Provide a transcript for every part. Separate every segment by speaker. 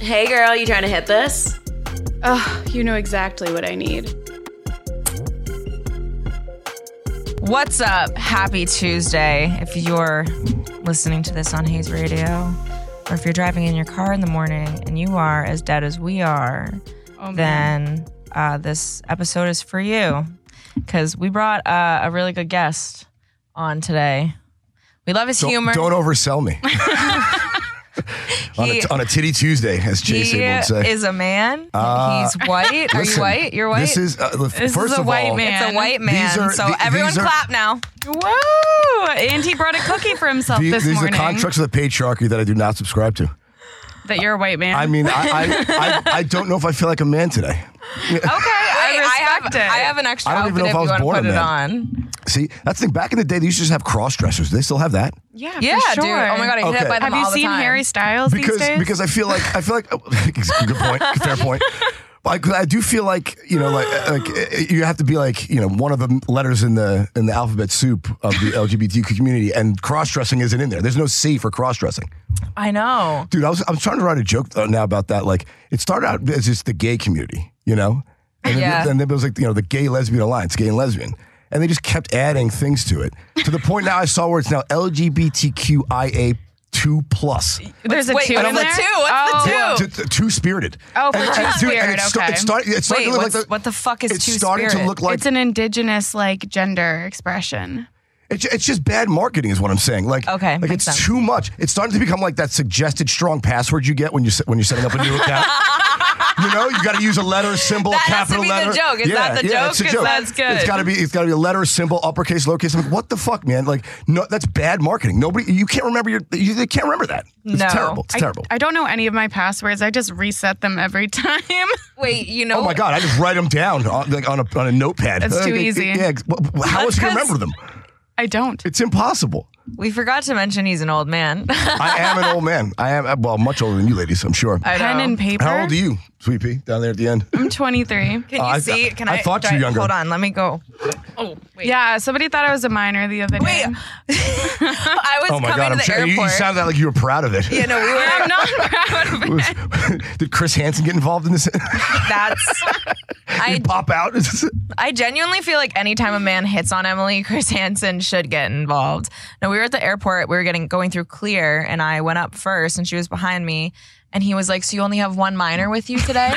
Speaker 1: Hey girl, you trying to hit this?
Speaker 2: Ugh, you know exactly what I need.
Speaker 3: What's up? Happy Tuesday. If you're listening to this on Hayes Radio, or if you're driving in your car in the morning and you are as dead as we are,
Speaker 2: Oh,
Speaker 3: then uh, this episode is for you because we brought uh, a really good guest on today. We love his
Speaker 4: Don't,
Speaker 3: humor.
Speaker 4: don't oversell me. on,
Speaker 3: He-
Speaker 4: a, on a titty Tuesday, as Jay
Speaker 3: he
Speaker 4: Sable would say.
Speaker 3: is a man.
Speaker 4: Uh,
Speaker 3: He's white. Are you
Speaker 4: Listen,
Speaker 3: white? You're white.
Speaker 4: This is uh, the-
Speaker 3: This
Speaker 4: first
Speaker 3: is a
Speaker 4: of
Speaker 3: white
Speaker 4: all,
Speaker 3: man. It's a white man.
Speaker 4: are-
Speaker 3: so
Speaker 4: the-
Speaker 3: everyone
Speaker 4: these are-
Speaker 3: clap now.
Speaker 5: Whoa! And he brought a cookie for himself
Speaker 4: the-
Speaker 5: this
Speaker 4: these
Speaker 5: morning.
Speaker 4: are contracts of the patriarchy that I do not subscribe to.
Speaker 5: That you're a white man.
Speaker 4: I mean, I, I, I, I don't know if I feel like a man today.
Speaker 3: Okay, I,
Speaker 5: respect
Speaker 3: I have,
Speaker 5: it.
Speaker 3: I have an extra
Speaker 4: I don't
Speaker 3: outfit
Speaker 4: even know
Speaker 3: if,
Speaker 4: if I was
Speaker 3: you want
Speaker 4: born
Speaker 3: to
Speaker 4: a
Speaker 3: put it
Speaker 4: man.
Speaker 3: on.
Speaker 4: See, that's the thing. Back in the day, they used to just have cross dressers. They still have that
Speaker 5: yeah,
Speaker 3: Yeah,
Speaker 5: for sure.
Speaker 3: dude. Oh my god, I hit
Speaker 4: Okay.
Speaker 3: it by them
Speaker 5: Have you
Speaker 3: all the
Speaker 5: seen
Speaker 3: time.
Speaker 5: Harry Styles
Speaker 4: because
Speaker 5: these days?
Speaker 4: because I feel like I feel like oh, good point, fair point. But I, I do feel like you know, like like uh, you have to be like you know one of the letters in the in the alphabet soup of the LGBTQ community, and cross dressing isn't in there. There's no C for cross dressing.
Speaker 3: I know.
Speaker 4: Dude, I was I'm trying to write a joke uh, now about that. Like it started out as just the gay community, you know, and then,
Speaker 3: Yeah.
Speaker 4: then there was like you know the gay lesbian alliance, gay and lesbian, and they just kept adding things to it to the point now I saw where it's now LGBTQIA two plus.
Speaker 5: There's a
Speaker 3: Wait,
Speaker 5: two
Speaker 3: what's
Speaker 5: in
Speaker 3: the
Speaker 5: there?
Speaker 3: two? What's the
Speaker 5: oh,
Speaker 3: two?
Speaker 4: Two spirited.
Speaker 5: Oh, for two-spirit,
Speaker 4: and it sta-
Speaker 5: okay.
Speaker 4: It started. It
Speaker 3: Wait,
Speaker 4: started to look like
Speaker 3: what's-
Speaker 4: the,
Speaker 3: what the fuck is
Speaker 4: it's
Speaker 3: two
Speaker 4: starting
Speaker 3: spirit?
Speaker 4: to look like
Speaker 2: it's an indigenous like gender expression.
Speaker 4: it's, it's just bad marketing, is what I'm saying. Like,
Speaker 3: Okay,
Speaker 4: like
Speaker 3: makes
Speaker 4: it's
Speaker 3: sense.
Speaker 4: too much. It's starting to become like that suggested strong password you get when you se- when you're setting up a new account. You know, you got to use a letter, symbol,
Speaker 3: That has to
Speaker 4: capital
Speaker 3: be the
Speaker 4: letter.
Speaker 3: joke. Is
Speaker 4: yeah,
Speaker 3: that the
Speaker 4: yeah,
Speaker 3: joke?
Speaker 4: It's a
Speaker 3: 'Cause
Speaker 4: joke.
Speaker 3: that's good.
Speaker 4: It's got to be. It's got to be a letter, symbol, uppercase, lowercase. I'm like, what the fuck, man? Like, no, that's bad marketing. Nobody, you can't remember your. You, they can't remember that. It's
Speaker 3: No.
Speaker 4: terrible. It's
Speaker 2: I-
Speaker 4: terrible.
Speaker 2: I, don't know any of my passwords. I just reset them every time.
Speaker 3: Wait, you know.
Speaker 4: Oh my god! I just write them down on, like on a on a notepad.
Speaker 2: That's too
Speaker 4: Like,
Speaker 2: easy.
Speaker 4: Yeah, ex- wh- wh- how
Speaker 3: That's
Speaker 4: else you
Speaker 3: 'cause-
Speaker 4: remember them?
Speaker 2: I don't.
Speaker 4: It's impossible.
Speaker 3: We forgot to mention he's an old man.
Speaker 4: I am an old man. I am well, much older than you, ladies. I'm sure.
Speaker 3: I
Speaker 2: Pen
Speaker 3: know.
Speaker 2: and paper.
Speaker 4: How old are you, Sweet Pea, down there at the end?
Speaker 2: I'm 23.
Speaker 3: Can you
Speaker 4: Uh, I-
Speaker 3: see? Can I?
Speaker 4: I thought you were
Speaker 3: do
Speaker 4: younger.
Speaker 3: Hold on, let me go.
Speaker 2: Yeah, somebody thought I was a minor the other day.
Speaker 3: Wait, I
Speaker 4: Oh
Speaker 3: was coming to the
Speaker 4: you, you
Speaker 3: airport.
Speaker 4: sounded like you were proud of it.
Speaker 3: yeah, no, we were.
Speaker 2: I'm not proud of it.
Speaker 4: Did Chris Hansen get involved in this?
Speaker 3: That's. I
Speaker 4: Pop out.
Speaker 3: I genuinely feel like anytime a man hits on Emily, Chris Hansen should get involved. No, we were at the airport. We were getting going through clear, and I went up first, and she was behind me, and he was like, "So you only have one minor with you today?"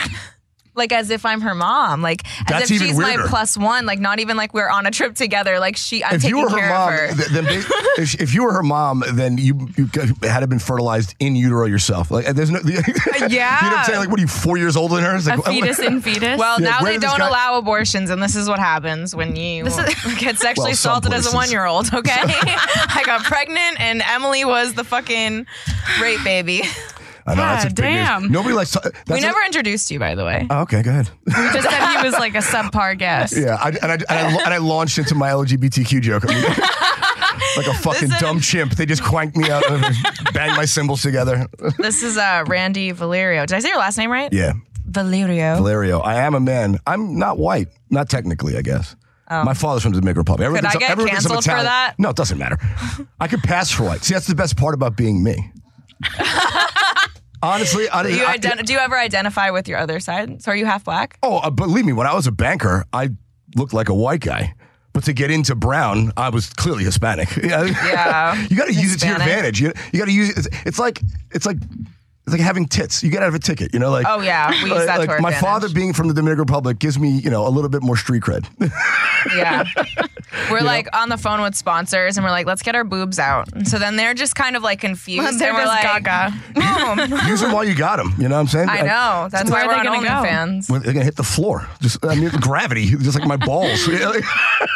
Speaker 3: like as if I'm her mom. Like as
Speaker 4: That's
Speaker 3: if
Speaker 4: even
Speaker 3: she's my
Speaker 4: weirder.
Speaker 3: plus one. Like not even like we're on a trip together. Like she, I'm
Speaker 4: if you
Speaker 3: taking
Speaker 4: were her
Speaker 3: care
Speaker 4: mom,
Speaker 3: of her.
Speaker 4: th- then ba- if, if you were her mom, then you, you g- had to been fertilized in utero yourself. Like there's no. yeah. You know what I'm saying? Like, what are you four years older than her? It's like,
Speaker 2: A fetus in fetus.
Speaker 3: Well,
Speaker 4: Yeah,
Speaker 3: now
Speaker 4: where
Speaker 3: they
Speaker 4: did this
Speaker 3: don't
Speaker 4: guy-
Speaker 3: allow abortions, and this is what happens when you get sexually
Speaker 4: Well, some
Speaker 3: assaulted as a
Speaker 4: places.
Speaker 3: one-year-old. Okay, I got pregnant, and Emily was the fucking rape baby.
Speaker 4: I know that's a
Speaker 2: God
Speaker 4: big news.
Speaker 2: damn.
Speaker 4: Nobody likes. That's
Speaker 3: we
Speaker 4: a-
Speaker 3: never introduced you, by the way.
Speaker 4: Oh, okay, go ahead.
Speaker 2: we just said he was like a subpar guest.
Speaker 4: Yeah, I, and, I, and, I, and I launched into my LGBTQ joke. I mean, like a fucking
Speaker 3: Listen.
Speaker 4: dumb chimp. They just quanked me out, banged my cymbals together.
Speaker 3: This is uh, Randy Valerio. Did I say your last name right?
Speaker 4: Yeah,
Speaker 3: Valerio.
Speaker 4: Valerio. I am a man. I'm not white. Not technically, I guess. My father's from the Dominican Republic. Everyone
Speaker 3: Oh. Could I
Speaker 4: thinks I'm-
Speaker 3: get
Speaker 4: everyone thinks I'm
Speaker 3: canceled for
Speaker 4: Italian.
Speaker 3: that?
Speaker 4: No, it doesn't matter. I could pass for white. See, that's the best part about being me. Honestly, I
Speaker 3: do,
Speaker 4: didn't.
Speaker 3: you
Speaker 4: I-
Speaker 3: ident- do you ever identify with your other side? So are you half black?
Speaker 4: Oh, uh, believe me, when I was a banker, I looked like a white guy. But to get into brown, I was clearly Hispanic. Yeah.
Speaker 3: Yeah.
Speaker 4: you got to use it to your
Speaker 3: Hispanic.
Speaker 4: advantage. You, you got to use it. It's, it's like it's like it's like having tits. You got to have a ticket. You know, like
Speaker 3: Oh, yeah. We use
Speaker 4: like-
Speaker 3: that to
Speaker 4: like
Speaker 3: our
Speaker 4: my
Speaker 3: advantage.
Speaker 4: father being from the Dominican Republic gives me you know a little bit more street cred.
Speaker 3: Yeah. We're like on the phone with sponsors and we're like, let's get our boobs out. And so then they're just kind of like confused.
Speaker 2: They're
Speaker 3: and we're
Speaker 2: just
Speaker 3: like,
Speaker 2: gaga.
Speaker 3: boom.
Speaker 4: use them while you got them. You know what I'm saying?
Speaker 3: I know. That's
Speaker 2: Where
Speaker 3: why
Speaker 2: are
Speaker 3: we're
Speaker 2: they
Speaker 3: on
Speaker 2: gonna go?
Speaker 3: OnlyFans.
Speaker 4: Well, they're gonna hit the floor. Just I mean, gravity, just like my balls. Yeah, like,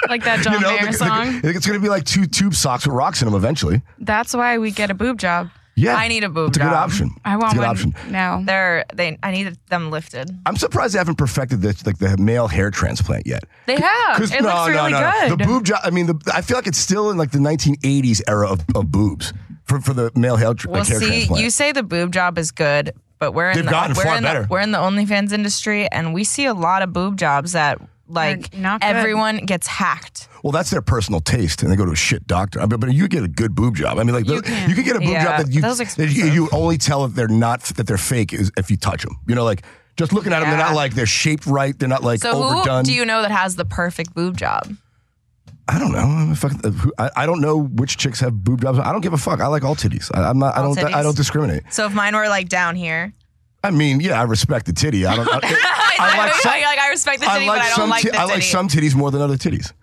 Speaker 2: Like that John
Speaker 4: you know,
Speaker 2: Mayer
Speaker 4: like-
Speaker 2: song.
Speaker 4: like, it's gonna be like two tube socks with rocks in them eventually.
Speaker 2: That's why we get a boob job.
Speaker 4: Yeah,
Speaker 3: I need a boob
Speaker 4: It's a good
Speaker 3: job.
Speaker 4: option.
Speaker 2: I
Speaker 4: it's
Speaker 2: want
Speaker 4: a good
Speaker 2: one
Speaker 4: option.
Speaker 2: now.
Speaker 3: They're they. I need them lifted.
Speaker 4: I'm surprised they haven't perfected this, like the male hair transplant yet.
Speaker 3: They have.
Speaker 4: 'Cause-
Speaker 2: It looks really good.
Speaker 4: The boob job. I mean, the, I feel like it's still in like the 1980s era of, of boobs for, for the male hair, tr-
Speaker 3: Well,
Speaker 4: like, hair
Speaker 3: see,
Speaker 4: transplant.
Speaker 3: you say the boob job is good, but we're in
Speaker 4: They've
Speaker 3: the,
Speaker 4: gotten
Speaker 3: we're
Speaker 4: far
Speaker 3: in the-
Speaker 4: better.
Speaker 3: we're in the OnlyFans industry, and we see a lot of boob jobs that like
Speaker 5: not good.
Speaker 3: everyone gets hacked.
Speaker 4: Well, that's their personal taste, and they go to a shit doctor. I mean, but you get a good boob job. I mean, like you, you can get a boob
Speaker 3: Yeah,
Speaker 4: job that you,
Speaker 3: those are
Speaker 4: that you you only tell if they're not that they're fake is if you touch them. You know, like just looking at them, they're
Speaker 3: Yeah.
Speaker 4: not like they're shaped right. They're not like
Speaker 3: So
Speaker 4: overdone.
Speaker 3: who do you know that has the perfect boob job?
Speaker 4: I don't know. I'm a fuck- uh, who- I, I don't know which chicks have boob jobs. I don't give a fuck. I like all titties. I, I'm not. I
Speaker 3: All
Speaker 4: don't. I
Speaker 3: titties?
Speaker 4: don't discriminate.
Speaker 3: So if mine were like down here,
Speaker 4: I mean, yeah, I respect the titty. I don't. I, I like some.
Speaker 3: like, I respect the
Speaker 4: I
Speaker 3: city,
Speaker 4: like
Speaker 3: but I don't
Speaker 4: some.
Speaker 3: like
Speaker 4: ti-
Speaker 3: the
Speaker 4: I like
Speaker 3: city.
Speaker 4: some titties more than other titties.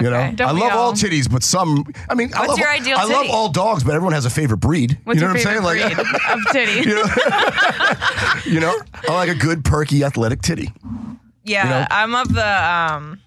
Speaker 4: You
Speaker 3: Okay.
Speaker 4: know, I
Speaker 2: Don't we
Speaker 4: love all
Speaker 2: all?
Speaker 4: titties, but some. I mean, I
Speaker 3: What's
Speaker 4: love,
Speaker 3: your ideal
Speaker 4: I love
Speaker 3: titty?
Speaker 4: all dogs, but everyone has a favorite breed.
Speaker 5: What's
Speaker 4: you know
Speaker 5: your
Speaker 4: what I'm
Speaker 5: favorite
Speaker 4: saying? Like,
Speaker 5: breed of titty?
Speaker 4: you, know, you know, I like a good, perky, athletic titty,
Speaker 3: yeah,
Speaker 4: you know?
Speaker 3: I'm of the um,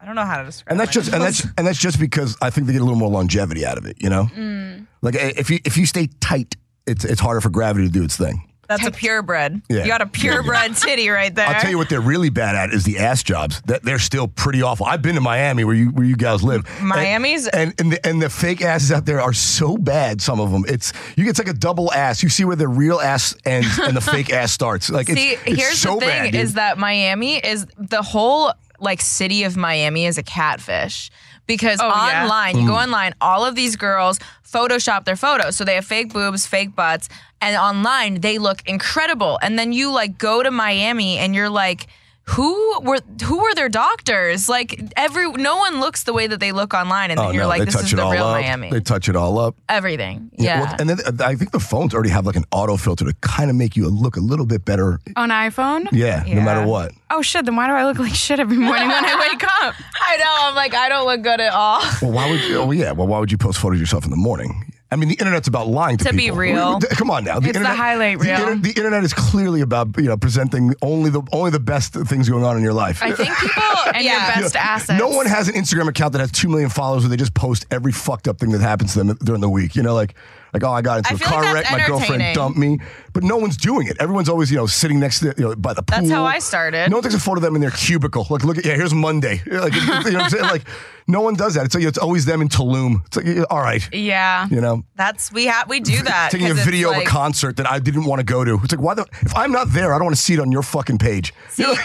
Speaker 3: I don't know how to describe.
Speaker 4: and that's just and that's and that's just because I think they get a little more longevity out of it. You know,
Speaker 3: Mm.
Speaker 4: like eh, if you if you stay tight, it's it's harder for gravity to do its thing.
Speaker 3: that's a purebred.
Speaker 4: Yeah.
Speaker 3: You got a purebred titty right there.
Speaker 4: I'll tell you what they're really bad at is the ass jobs. That they're still pretty awful. I've been to Miami where you where you guys live.
Speaker 3: Miami's-
Speaker 4: and and, and, the, and the fake asses out there are so bad. Some of them, it's you. It's like a double ass. You see where the real ass ends and the fake ass starts. Like it's,
Speaker 3: See,
Speaker 4: it's
Speaker 3: here's
Speaker 4: so
Speaker 3: the thing:
Speaker 4: bad, dude.
Speaker 3: is that Miami is the whole like city of Miami is a catfish because
Speaker 5: yeah.
Speaker 3: online you go
Speaker 4: Mm.
Speaker 3: online, all of these girls Photoshop their photos, so they have fake boobs, fake butts, and online they look incredible. And then you like go to Miami and you're like. Who were who were their doctors? Like every no one looks the way that they look online, and then
Speaker 4: Oh,
Speaker 3: you're
Speaker 4: no,
Speaker 3: like,
Speaker 4: they
Speaker 3: this
Speaker 4: touch
Speaker 3: is
Speaker 4: it
Speaker 3: the
Speaker 4: all
Speaker 3: real
Speaker 4: up.
Speaker 3: Miami.
Speaker 4: They touch it all up.
Speaker 3: Everything, yeah.
Speaker 4: well, and then uh, I think the phones already have like an auto filter to kind of make you look a little bit better.
Speaker 2: On iPhone?
Speaker 4: Yeah, no matter what.
Speaker 2: Oh shit, then why do I look like shit every morning when I wake up?
Speaker 3: I know. I'm like, I don't look good at all.
Speaker 4: Well, why would? Oh, yeah. Well, why would you post photos of yourself in the morning? I mean, the internet's about lying to,
Speaker 3: To be
Speaker 4: people.
Speaker 3: real.
Speaker 4: We- we- Come on now. The
Speaker 2: It's the highlight reel.
Speaker 4: The, the internet is clearly about you know presenting only the only the best things going on in your life.
Speaker 3: I think people
Speaker 2: And
Speaker 3: yeah.
Speaker 2: your best assets.
Speaker 4: No one has an Instagram account that has two million followers where they just post every fucked up thing that happens to them during the week. You know, like like oh, I got into
Speaker 3: I
Speaker 4: a
Speaker 3: feel like
Speaker 4: car
Speaker 3: that's
Speaker 4: wreck, my girlfriend
Speaker 3: entertaining.
Speaker 4: dumped me, but no one's doing it. Everyone's always you know sitting next to you know by the pool.
Speaker 3: That's how I started.
Speaker 4: No one takes a photo of them in their cubicle. Like look at yeah, here's Monday. Like you know what I'm saying? Like no one does that. It's like, it's always them in Tulum. It's like yeah, all right,
Speaker 2: Yeah.
Speaker 4: you know.
Speaker 3: That's we have we do that.
Speaker 4: Taking a
Speaker 3: 'cause it's
Speaker 4: video of
Speaker 3: like-
Speaker 4: a concert that I didn't want to go to. It's like, why the? If I'm not there, I don't want to see it on your fucking page.
Speaker 3: See, you say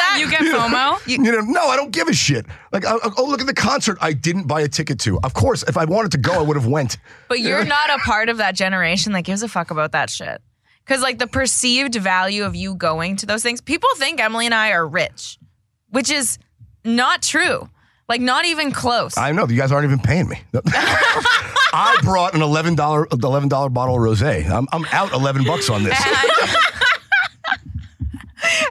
Speaker 3: that
Speaker 5: You get FOMO.
Speaker 4: You know, no, I don't give a shit. Like, I, I- oh, look at the concert I didn't buy a ticket to. Of course, if I wanted to go, I would have went.
Speaker 3: but you're not a part of that generation that gives a fuck about that shit. Cause like the perceived value of you going to those things, people think Emily and I are rich, which is not true. Like not even close.
Speaker 4: I know you guys aren't even paying me. I brought an eleven dollar eleven dollar bottle of rosé. I'm, I'm out eleven bucks on this.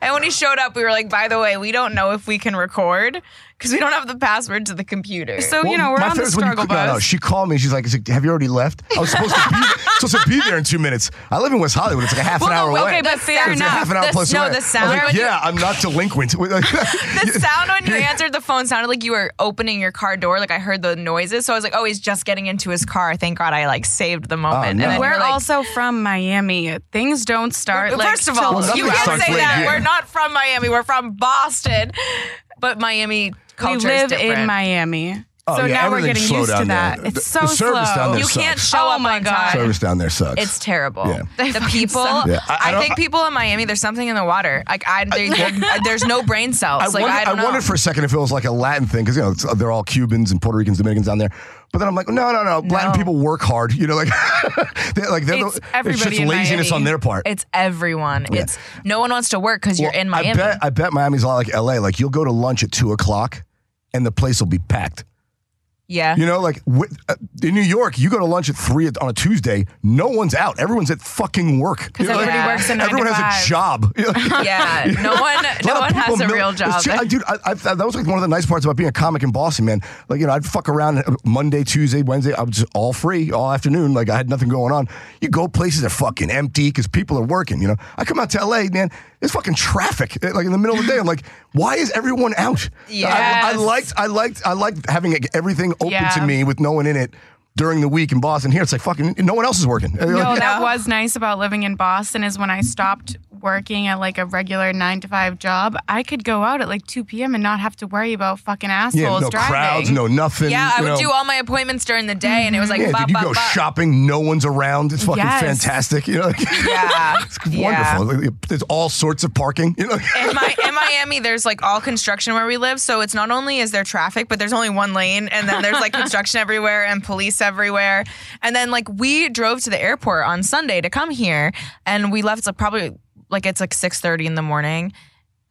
Speaker 3: and when he showed up, we were like, by the way, we don't know if we can record because we don't have the password to the computer.
Speaker 5: So you know we're on
Speaker 4: my
Speaker 5: the
Speaker 4: favorite is when you- uh,
Speaker 5: struggle
Speaker 4: No, no,
Speaker 5: bus.
Speaker 4: she called me. She's like, she's like, "Have you already left? I was supposed to be supposed to be there in two minutes. I live in West Hollywood. It's like a half an hour
Speaker 3: Well,
Speaker 4: away.
Speaker 3: okay, but fair
Speaker 4: It's a half an hour
Speaker 3: enough.
Speaker 4: plus
Speaker 3: The- no,
Speaker 4: away.
Speaker 3: the
Speaker 4: I was
Speaker 3: sound
Speaker 4: like,
Speaker 3: when you-
Speaker 4: yeah, I'm not delinquent.
Speaker 3: The sound when you answered the phone sounded like you were opening your car door. Like I heard the noises, so I was like, "Oh, he's just getting into his car." Thank God I like saved the moment.
Speaker 4: Oh, no.
Speaker 3: And then
Speaker 2: We're
Speaker 3: you're like,
Speaker 2: also from Miami. Things don't start like
Speaker 3: First of all,
Speaker 2: till-
Speaker 4: nothing
Speaker 3: you can't
Speaker 4: starts
Speaker 3: say
Speaker 4: late
Speaker 3: that.
Speaker 4: here.
Speaker 3: We're not from Miami. We're from Boston, but Miami
Speaker 2: we
Speaker 3: culture
Speaker 2: live
Speaker 3: is different.
Speaker 2: in Miami.
Speaker 4: Oh,
Speaker 2: so
Speaker 4: yeah,
Speaker 2: now we're getting
Speaker 4: everything's slow
Speaker 2: used to
Speaker 4: down there.
Speaker 2: that.
Speaker 4: The-
Speaker 2: It's so
Speaker 4: the service
Speaker 2: slow.
Speaker 4: down there
Speaker 3: you
Speaker 4: sucks.
Speaker 3: can't show
Speaker 2: Oh
Speaker 3: up
Speaker 2: my
Speaker 3: on
Speaker 2: God.
Speaker 3: time.
Speaker 4: Service down there sucks.
Speaker 3: It's terrible.
Speaker 4: Yeah.
Speaker 3: The people.
Speaker 4: Yeah, I- I
Speaker 3: I,
Speaker 4: don't-
Speaker 3: think people in Miami. There's something in the water. Like I, they, they're- there's no brain cells.
Speaker 4: I,
Speaker 3: like
Speaker 4: wondered,
Speaker 3: I don't know.
Speaker 4: wondered for a second if it was like a Latin thing because you know it's, uh, they're all Cubans and Puerto Ricans, Dominicans down there. But then I'm like, no, no, no. Latin
Speaker 3: No.
Speaker 4: people work hard. You know, like they're like they're
Speaker 2: It's
Speaker 4: the, it's
Speaker 2: everybody
Speaker 4: just
Speaker 2: in
Speaker 4: laziness
Speaker 2: Miami.
Speaker 4: on their part.
Speaker 3: it's everyone. It's no one wants to work because you're
Speaker 4: Well,
Speaker 3: in Miami.
Speaker 4: I bet, I bet Miami's a lot like LA. Like you'll go to lunch at two o'clock, and the place will be packed.
Speaker 3: yeah.
Speaker 4: You know, like wi- uh, in New York, you go to lunch at three on a Tuesday. No one's out. Everyone's at fucking work. Because
Speaker 2: everybody works a nine to
Speaker 4: Everyone has
Speaker 2: five.
Speaker 4: a job. You know?
Speaker 3: Yeah, no one,
Speaker 4: A
Speaker 3: no
Speaker 4: lot
Speaker 3: one
Speaker 4: of people
Speaker 3: has a
Speaker 4: know-
Speaker 3: real
Speaker 4: it's
Speaker 3: job.
Speaker 4: ju- I, dude, I, I, that was like one of the nice parts about being a comic in Boston, man. Like, you know, I'd fuck around uh, Monday, Tuesday, Wednesday. I was just all free all afternoon. Like, I had nothing going on. You go places that are fucking empty because people are working, you know. I come out to LA, man, there's fucking traffic. eh, Like, in the middle of the day, I'm like, why is everyone out? I, I
Speaker 3: Yes.
Speaker 4: liked, I liked, I liked having like, everything open to
Speaker 2: Yeah.
Speaker 4: me with no one in it during the week in Boston. Here, it's like fucking, no one else is working. Eh,
Speaker 2: No,
Speaker 4: like-
Speaker 2: that was nice about living in Boston is when I stopped working at like a regular nine to five job, I could go out at like 2 p.m. and not have to worry about fucking assholes
Speaker 4: Yeah, no
Speaker 2: driving.
Speaker 4: crowds, no nothing.
Speaker 3: Yeah, I
Speaker 4: you
Speaker 3: would
Speaker 4: know.
Speaker 3: do all my appointments during the day, and it was like,
Speaker 4: yeah,
Speaker 3: bop,
Speaker 4: dude, you
Speaker 3: bop,
Speaker 4: go
Speaker 3: bop.
Speaker 4: shopping, no one's around. It's fucking
Speaker 2: Yes.
Speaker 4: fantastic. You know, like,
Speaker 3: Yeah,
Speaker 4: it's wonderful. Like, There's all sorts of parking. You know,
Speaker 3: in, my, in Miami, there's like all construction where we live. So it's not only is there traffic, but there's only one lane. And then there's like construction everywhere and police everywhere. And then like we drove to the airport on Sunday to come here and we left like probably like it's like 6.30 in the morning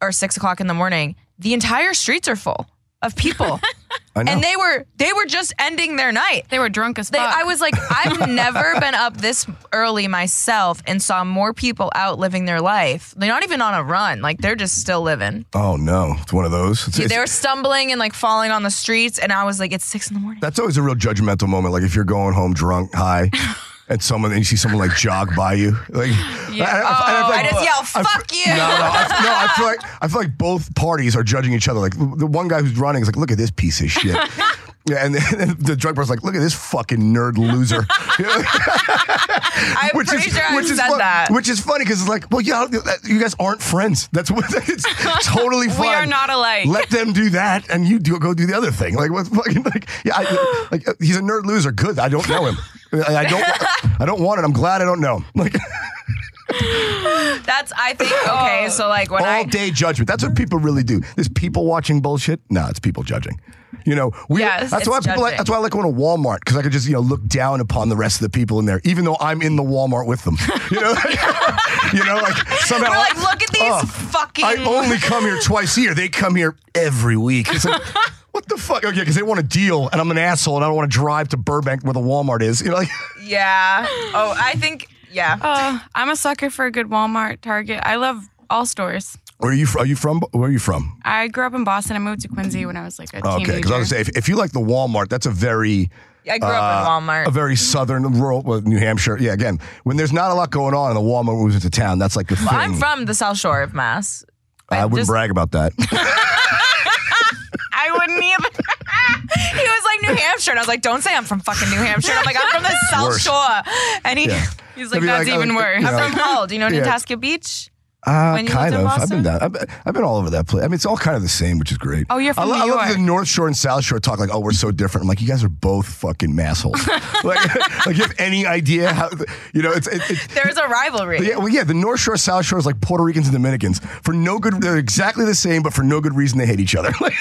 Speaker 3: or 6 o'clock in the morning. The entire streets are full of people.
Speaker 4: I know.
Speaker 3: and they were they were just ending their night.
Speaker 2: They were drunk as
Speaker 3: They,
Speaker 2: fuck.
Speaker 3: I was like, I've never been up this early myself and saw more people out living their life. They're not even on a run; like they're just still living.
Speaker 4: oh no, it's one of those. It's-
Speaker 3: Dude,
Speaker 4: it's-
Speaker 3: they were stumbling and like falling on the streets, and I was like, it's six in the morning.
Speaker 4: That's always a real judgmental moment. Like if you're going home drunk, high, and someone and you see someone like jog by you, like
Speaker 3: Oh, I
Speaker 4: feel
Speaker 3: just yell,
Speaker 4: I f-
Speaker 3: "Fuck you."
Speaker 4: No, no, I, f- no, I feel like I feel like both parties are judging each other. Like the one guy who's running is like, "Look at this piece of shit," yeah, and then the drunk person's like, "Look at this fucking nerd loser."
Speaker 3: I'm pretty sure I
Speaker 4: is
Speaker 3: said
Speaker 4: fun-
Speaker 3: that.
Speaker 4: Which is funny because it's like, well, yeah, you guys aren't friends. That's what it's totally fine.
Speaker 5: are not alike.
Speaker 4: Let them do that, and you do, go do the other thing. Like what's fucking like? Yeah, I, like uh, he's a nerd loser. Good, I don't know him. I, I don't. I don't want it. I'm glad I don't know him. Like
Speaker 3: That's I think
Speaker 4: Oh.
Speaker 3: okay. So like when
Speaker 4: all
Speaker 3: I
Speaker 4: day judgment. That's what people really do. This people watching bullshit. No, it's people judging. You know, we,
Speaker 3: Yes,
Speaker 4: that's
Speaker 3: it's
Speaker 4: why people like,
Speaker 3: judging.
Speaker 4: that's why I like going to Walmart because I could just you know look down upon the rest of the people in there, even though I'm in the Walmart with them. You know, you know, like somehow
Speaker 3: we're like, look at these
Speaker 4: Oh,
Speaker 3: fucking.
Speaker 4: I only come here twice a year. They come here every week. It's like, what the fuck? Okay, because they want a deal, and I'm an asshole, and I don't want to drive to Burbank where the Walmart is. You know, like,
Speaker 3: yeah. Oh, I think yeah.
Speaker 2: Uh, I'm a sucker for a good Walmart, Target. I love all stores.
Speaker 4: where are you? fr- Are you from? Where are you from?
Speaker 2: I grew up in Boston. I moved to Quincy when I was like a
Speaker 4: Okay,
Speaker 2: teenager.
Speaker 4: because I was gonna say if, if you like the Walmart, that's a very
Speaker 3: I grew
Speaker 4: uh,
Speaker 3: up in Walmart.
Speaker 4: a very southern rural well, New Hampshire. Yeah, again, when there's not a lot going on, and the Walmart moves into town, that's like the thing.
Speaker 3: I'm from the South Shore of Mass.
Speaker 4: I wouldn't
Speaker 3: just-
Speaker 4: brag about that.
Speaker 2: I wouldn't either.
Speaker 3: he was like New Hampshire, and I was like, "Don't say I'm from fucking New Hampshire." And I'm like, "I'm from the South
Speaker 4: Worse.
Speaker 3: Shore," and he,
Speaker 4: Yeah.
Speaker 3: he's
Speaker 4: They'd
Speaker 3: like,
Speaker 4: be
Speaker 3: "That's
Speaker 4: oh,
Speaker 3: even worse."
Speaker 4: you know,
Speaker 3: I'm from Hull. Do you know
Speaker 4: Yeah.
Speaker 3: Nantasket Beach?
Speaker 4: Uh,
Speaker 3: When you
Speaker 4: kind
Speaker 3: lived
Speaker 4: of.
Speaker 3: in
Speaker 4: I've
Speaker 3: Boston?
Speaker 4: been down. I've been, I've been all over that place. I mean, it's all kind of the same, which is great.
Speaker 2: Oh, you're
Speaker 4: I,
Speaker 2: from
Speaker 4: lo-
Speaker 2: New
Speaker 4: I love
Speaker 2: York.
Speaker 4: the North Shore and South Shore talk like, oh, we're so different. I'm like, you guys are both fucking massholes. like, like, you have any idea how? You know, it's. It, it,
Speaker 3: There's a rivalry.
Speaker 4: yeah, well, yeah. The North Shore, South Shore is like Puerto Ricans and Dominicans. For no good, they're exactly the same, but for no good reason, they hate each other. Like,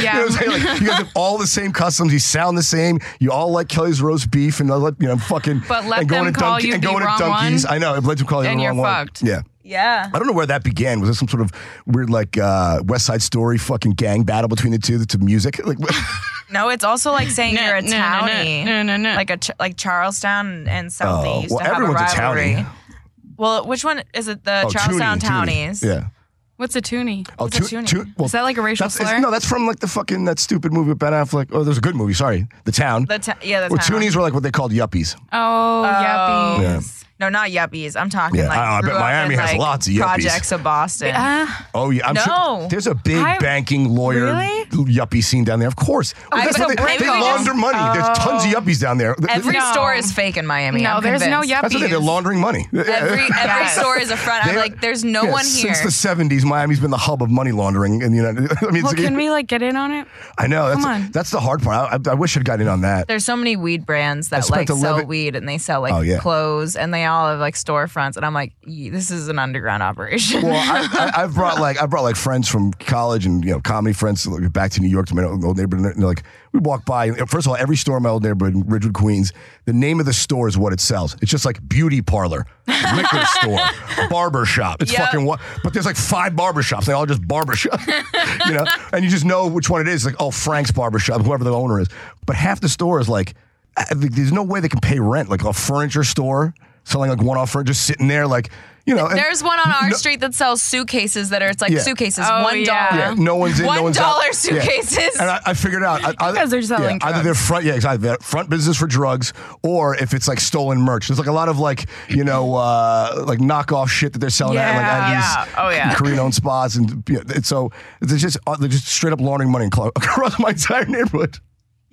Speaker 2: Yeah.
Speaker 4: you, know what I'm saying? Like, you guys have all the same customs. You sound the same. You all like Kelly's roast beef and all that, you know fucking.
Speaker 2: But let
Speaker 4: and going
Speaker 2: them
Speaker 4: to
Speaker 2: call
Speaker 4: Dunkin-
Speaker 2: you
Speaker 4: and
Speaker 2: the
Speaker 4: going to
Speaker 2: wrong
Speaker 4: Dunkies.
Speaker 2: one,
Speaker 4: I know. Let them call you
Speaker 2: and
Speaker 4: the
Speaker 2: you're
Speaker 4: wrong one.
Speaker 2: fucked.
Speaker 4: Yeah.
Speaker 3: Yeah.
Speaker 4: I don't know where that began. Was it some sort of weird, like uh, West Side Story, fucking gang battle between the two to music? Like, what-
Speaker 3: No, it's also like saying
Speaker 5: No,
Speaker 3: you're a
Speaker 5: no, no,
Speaker 3: townie.
Speaker 5: no, no, no.
Speaker 3: Like a ch- like Charlestown and Southie
Speaker 4: Oh,
Speaker 3: used
Speaker 4: well,
Speaker 3: to have a
Speaker 4: everyone's a
Speaker 3: rivalry.
Speaker 4: townie.
Speaker 3: Well, which one is it? The
Speaker 4: oh,
Speaker 3: Charlestown
Speaker 4: Toonie,
Speaker 3: townies.
Speaker 4: Toonie. Yeah.
Speaker 2: What's a toonie?
Speaker 4: Oh,
Speaker 3: What's a Toonie?
Speaker 4: well,
Speaker 2: Is that like a racial
Speaker 4: that's, it's-
Speaker 2: slur?
Speaker 4: No, that's from like the fucking that stupid movie with Ben Affleck. Oh, there's a good movie. Sorry, The Town.
Speaker 3: The ta- yeah, the
Speaker 4: Well,
Speaker 3: town.
Speaker 4: Toonies were like what they called yuppies.
Speaker 2: Oh, yuppies.
Speaker 4: Yeah.
Speaker 3: No, not yuppies. I'm talking
Speaker 4: Yeah,
Speaker 3: like.
Speaker 4: I- I
Speaker 3: grew
Speaker 4: bet
Speaker 3: up
Speaker 4: Miami
Speaker 3: in,
Speaker 4: has
Speaker 3: like,
Speaker 4: lots of yuppies.
Speaker 3: Projects of Boston.
Speaker 5: Uh,
Speaker 2: Uh,
Speaker 4: Oh yeah, I'm sure
Speaker 3: No.
Speaker 4: there's a big
Speaker 2: I-
Speaker 4: banking lawyer
Speaker 2: Really?
Speaker 4: yuppie scene down there. Of course, Well,
Speaker 3: I-
Speaker 4: that's
Speaker 3: but
Speaker 4: what they,
Speaker 3: maybe
Speaker 4: they
Speaker 3: they
Speaker 4: launder
Speaker 3: just-
Speaker 4: money. There's tons
Speaker 2: Oh.
Speaker 4: of yuppies down there. Th- th-
Speaker 3: Every
Speaker 2: No.
Speaker 3: store is fake in Miami.
Speaker 2: No,
Speaker 3: I'm
Speaker 2: there's no
Speaker 3: convinced.
Speaker 4: that's what they, they're
Speaker 2: yuppies.
Speaker 4: laundering money.
Speaker 3: Every every
Speaker 2: Yes.
Speaker 3: store is a front. I'm
Speaker 4: They-
Speaker 3: like, there's no
Speaker 4: Yeah,
Speaker 3: one here.
Speaker 4: since the '70s, Miami's been the hub of money laundering in the United. I mean, it's
Speaker 2: Well,
Speaker 4: like-
Speaker 2: can we like get in on it?
Speaker 4: I know. That's,
Speaker 2: Come on.
Speaker 4: that's the hard part. I, I, I wish I'd got in on that.
Speaker 3: there's so many weed brands that like
Speaker 4: spent
Speaker 3: sell
Speaker 4: 11
Speaker 3: weed and they sell like
Speaker 4: Oh, yeah.
Speaker 3: clothes and they all have like storefronts and I'm like, "Ye- this is an underground operation.
Speaker 4: Well, I, I, I've brought like I brought like friends from college and you know comedy friends like, back to New York to my old neighborhood. And they're like we walk by. and First of all, every store in my old neighborhood, in Ridgewood, Queens, the name of the store is what it sells. It's just like beauty parlor, liquor store, barber shop. It's
Speaker 3: Yep.
Speaker 4: fucking what. But there's like five barber shops. They all just barber shop, you know. And you just know which one it is. Like oh, Frank's barber shop, whoever the owner is. But half the store is like I- like, there's no way they can pay rent. Like a furniture store selling like one off furniture, just sitting there like. You know, and-
Speaker 3: there's one on our
Speaker 4: No-
Speaker 3: street that sells suitcases that are it's like
Speaker 4: Yeah.
Speaker 3: suitcases,
Speaker 2: Oh,
Speaker 3: one
Speaker 2: yeah.
Speaker 3: dollar.
Speaker 4: Yeah, no one's in.
Speaker 3: One
Speaker 4: no one's
Speaker 3: dollar
Speaker 4: out.
Speaker 3: suitcases.
Speaker 4: Yeah. And I, I figured out I, I,
Speaker 2: guys are selling
Speaker 4: yeah, either they're front, yeah, exactly, they're front business for drugs, or if it's like stolen merch. There's like a lot of like you know uh, like knockoff shit that they're selling at like
Speaker 2: Yeah.
Speaker 4: at these
Speaker 3: Yeah. Oh, yeah.
Speaker 4: Korean-owned spas, and, yeah, and so they're just uh, they're just straight up laundering money across my entire neighborhood.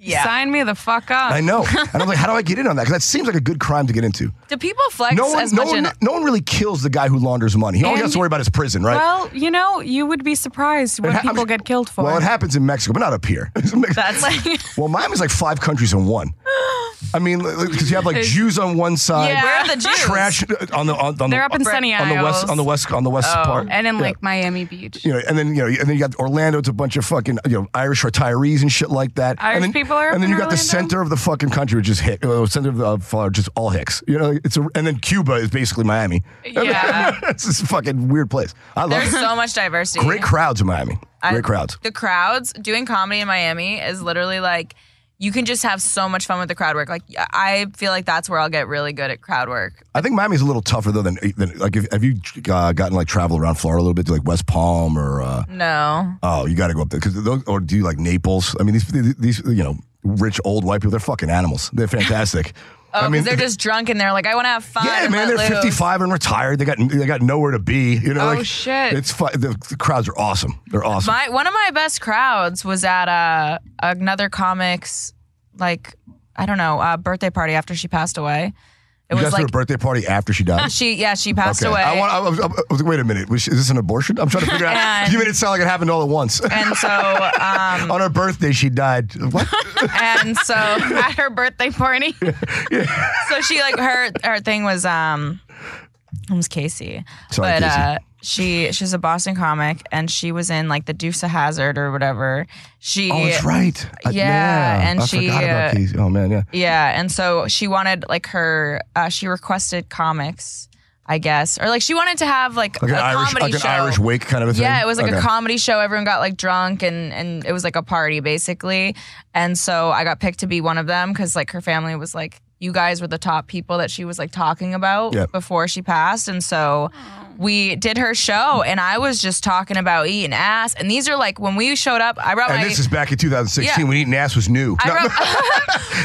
Speaker 3: Yeah.
Speaker 5: Sign me the fuck up.
Speaker 4: I know. And I'm like, how do I get in on that? Because that seems like a good crime to get into.
Speaker 3: Do people flex
Speaker 4: No one,
Speaker 3: as
Speaker 4: no,
Speaker 3: much in
Speaker 4: one, no one really kills the guy who launders money. He only
Speaker 5: And-
Speaker 4: has to worry about his prison, right?
Speaker 5: Well, you know, you would be surprised what
Speaker 4: It ha- I'm
Speaker 5: people
Speaker 4: sure-
Speaker 5: get killed for.
Speaker 4: Well, it happens in Mexico, but not up here.
Speaker 3: that's like
Speaker 4: well, Miami's like five countries in one. I mean, because you have like Jews on one side,
Speaker 5: Yeah.
Speaker 3: where are the Jews?
Speaker 4: trash on the on, on
Speaker 5: They're
Speaker 4: the,
Speaker 5: up in Sunny Oh,
Speaker 4: on the west
Speaker 5: Isles.
Speaker 4: on the west on the west part,
Speaker 2: And in
Speaker 4: Yeah.
Speaker 2: like Miami Beach.
Speaker 4: you know, and then you know, and then you got Orlando. It's a bunch of fucking you know Irish retirees and shit like that.
Speaker 5: Irish
Speaker 4: and then,
Speaker 5: people are up
Speaker 4: And then
Speaker 5: in
Speaker 4: you got the
Speaker 5: Orlando?
Speaker 4: center of the fucking country, which is hick, uh, center of the of, uh, just all hicks. You know, it's a, and then Cuba is basically Miami.
Speaker 3: Yeah.
Speaker 4: it's this fucking weird place. I love
Speaker 3: There's
Speaker 4: it.
Speaker 3: so much diversity.
Speaker 4: great crowds in Miami.
Speaker 3: I-
Speaker 4: Great crowds.
Speaker 3: The crowds doing comedy in Miami is literally like you can just have so much fun with the crowd work. Like I feel like that's where I'll get really good at crowd work.
Speaker 4: I think Miami's a little tougher though than, than like if, have you uh, gotten like traveled around Florida a little bit to like West Palm or uh,
Speaker 3: No.
Speaker 4: oh you got to go up there because those or do you like Naples? I mean these these you know rich old white people they're fucking animals. They're fantastic.
Speaker 3: Oh,
Speaker 4: I
Speaker 3: 'cause
Speaker 4: mean
Speaker 3: they're just drunk and they're like, I want to have fun.
Speaker 4: yeah
Speaker 3: and
Speaker 4: man
Speaker 3: let
Speaker 4: they're
Speaker 3: loose."
Speaker 4: 55 and retired. They got they got nowhere to be. You know
Speaker 5: Oh,
Speaker 4: like
Speaker 5: shit.
Speaker 4: It's fu- the, the crowds are awesome. They're awesome.
Speaker 3: My one of my best crowds was at uh, another comics like I don't know uh, birthday party after she passed away. It
Speaker 4: you guys
Speaker 3: was
Speaker 4: threw
Speaker 3: like
Speaker 4: a birthday party after she died.
Speaker 3: she yeah she passed
Speaker 4: Okay.
Speaker 3: away.
Speaker 4: I want, I was, I was- wait a minute. Was, is this an abortion? I'm trying to figure out.
Speaker 3: And-
Speaker 4: You made it sound like it happened all at once.
Speaker 3: and so um,
Speaker 4: On her birthday, she died. What?
Speaker 3: and so
Speaker 2: At her birthday party.
Speaker 3: so she like her her thing was um it was Casey.
Speaker 4: Sorry,
Speaker 3: but
Speaker 4: Casey.
Speaker 3: uh she she's a Boston comic and she was in like the Deuce of Hazard or whatever. She
Speaker 4: Oh, that's right. I-
Speaker 3: Yeah, and
Speaker 4: I
Speaker 3: she,
Speaker 4: forgot about
Speaker 3: uh,
Speaker 4: Casey. Oh man, yeah.
Speaker 3: Yeah, and so she wanted like her uh, she requested comics, I guess. Or like she wanted to have like,
Speaker 4: Like an
Speaker 3: a
Speaker 4: Irish,
Speaker 3: comedy
Speaker 4: like an
Speaker 3: show.
Speaker 4: Irish wake kind of a thing.
Speaker 3: Yeah, it was like
Speaker 4: Okay.
Speaker 3: a comedy show. Everyone got like drunk and and it was like a party basically. And so I got picked to be one of them because like her family was like, you guys were the top people that she was like talking about
Speaker 4: Yeah.
Speaker 3: before she passed. And so we did her show and I was just talking about eating ass. And these are like when we showed up, I brought
Speaker 4: And
Speaker 3: my
Speaker 4: this is back in 2016
Speaker 3: Yeah.
Speaker 4: when eating ass was new.
Speaker 3: I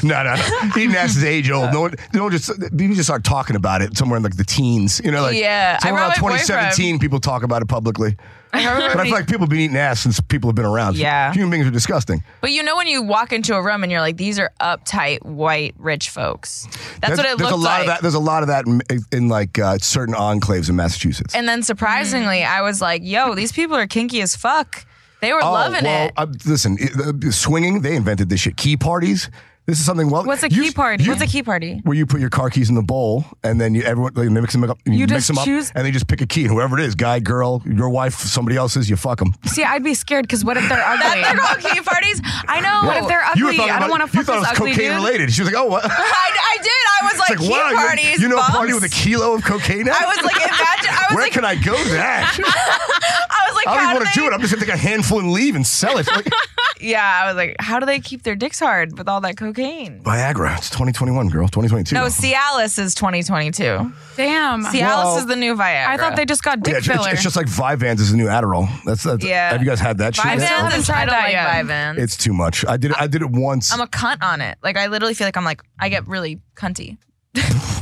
Speaker 4: No,
Speaker 3: brought,
Speaker 4: no, no, no. Eating ass is age old. No, one, no one just people just start talking about it somewhere in like the teens. You know, like
Speaker 3: Yeah, I
Speaker 4: somewhere around
Speaker 3: brought my
Speaker 4: 2017, people talk about it publicly. But I feel like people have been eating ass since people have been around.
Speaker 3: Yeah.
Speaker 4: human beings are disgusting.
Speaker 3: But you know when you walk into a room and you're like, these are uptight white rich folks. That's what
Speaker 4: There's-
Speaker 3: it
Speaker 4: there's
Speaker 3: looked
Speaker 4: a lot
Speaker 3: like.
Speaker 4: of that. There's a lot of that in, in like uh, certain enclaves in Massachusetts.
Speaker 3: And then surprisingly,
Speaker 5: Mm.
Speaker 3: I was like, yo, these people are kinky as fuck. They were
Speaker 4: Oh,
Speaker 3: loving
Speaker 4: well,
Speaker 3: it.
Speaker 4: uh, listen, it, uh, swinging, they invented this shit. Key parties. This is something well.
Speaker 5: What's a
Speaker 4: you-
Speaker 5: key party?
Speaker 4: you-
Speaker 5: What's
Speaker 3: It's a key party.
Speaker 4: where you put your car keys in the bowl and then you everyone like, mix them up. You, mix
Speaker 5: just
Speaker 4: them up
Speaker 5: choose-
Speaker 4: and they just pick a key and whoever it is, guy, girl, your wife, somebody else's, you fuck them.
Speaker 5: See, I'd be scared because what if they're ugly?
Speaker 3: They're called key parties. I know.
Speaker 5: What if they're ugly?
Speaker 4: you were talking
Speaker 5: I don't
Speaker 4: about-
Speaker 5: want to fuck
Speaker 4: You thought it was
Speaker 5: this ugly
Speaker 4: cocaine
Speaker 5: dude.
Speaker 4: related. She was like, oh, what? It's
Speaker 3: I, I did. I was like,
Speaker 4: like,
Speaker 3: key
Speaker 4: wow, you-
Speaker 3: parties.
Speaker 4: you, know,
Speaker 3: bumps.
Speaker 4: a party with a kilo of cocaine. Now?
Speaker 3: I was like, imagine. I was
Speaker 4: where
Speaker 3: like,
Speaker 4: can I go to that?
Speaker 3: I was like,
Speaker 4: I don't
Speaker 3: how
Speaker 4: even
Speaker 3: do
Speaker 4: want
Speaker 3: they?
Speaker 4: to do it. I'm just gonna take a handful and leave and sell it. Like,
Speaker 3: Yeah, I was like, how do they keep their dicks hard with all that cocaine?
Speaker 4: Viagra. It's 2021, girl. 2022.
Speaker 3: No, Cialis is 2022. Cialis
Speaker 5: Damn.
Speaker 4: Well,
Speaker 3: is the new Viagra.
Speaker 5: I thought they just got
Speaker 4: Yeah,
Speaker 5: dick
Speaker 4: it's,
Speaker 5: filler.
Speaker 4: it's- it's just like Vyvanse is the new Adderall. That's, that's
Speaker 3: Yeah.
Speaker 4: Have you guys had that shit?
Speaker 3: Vyvanse
Speaker 4: yet?
Speaker 5: Vyvanse
Speaker 3: is-
Speaker 5: is-
Speaker 3: I
Speaker 5: I
Speaker 3: don't
Speaker 5: don't
Speaker 3: like
Speaker 5: yet.
Speaker 3: Vyvanse.
Speaker 4: It's too much. I did it. I did it once.
Speaker 3: I'm a cunt on it. Like I literally feel like I'm like I get really cunty.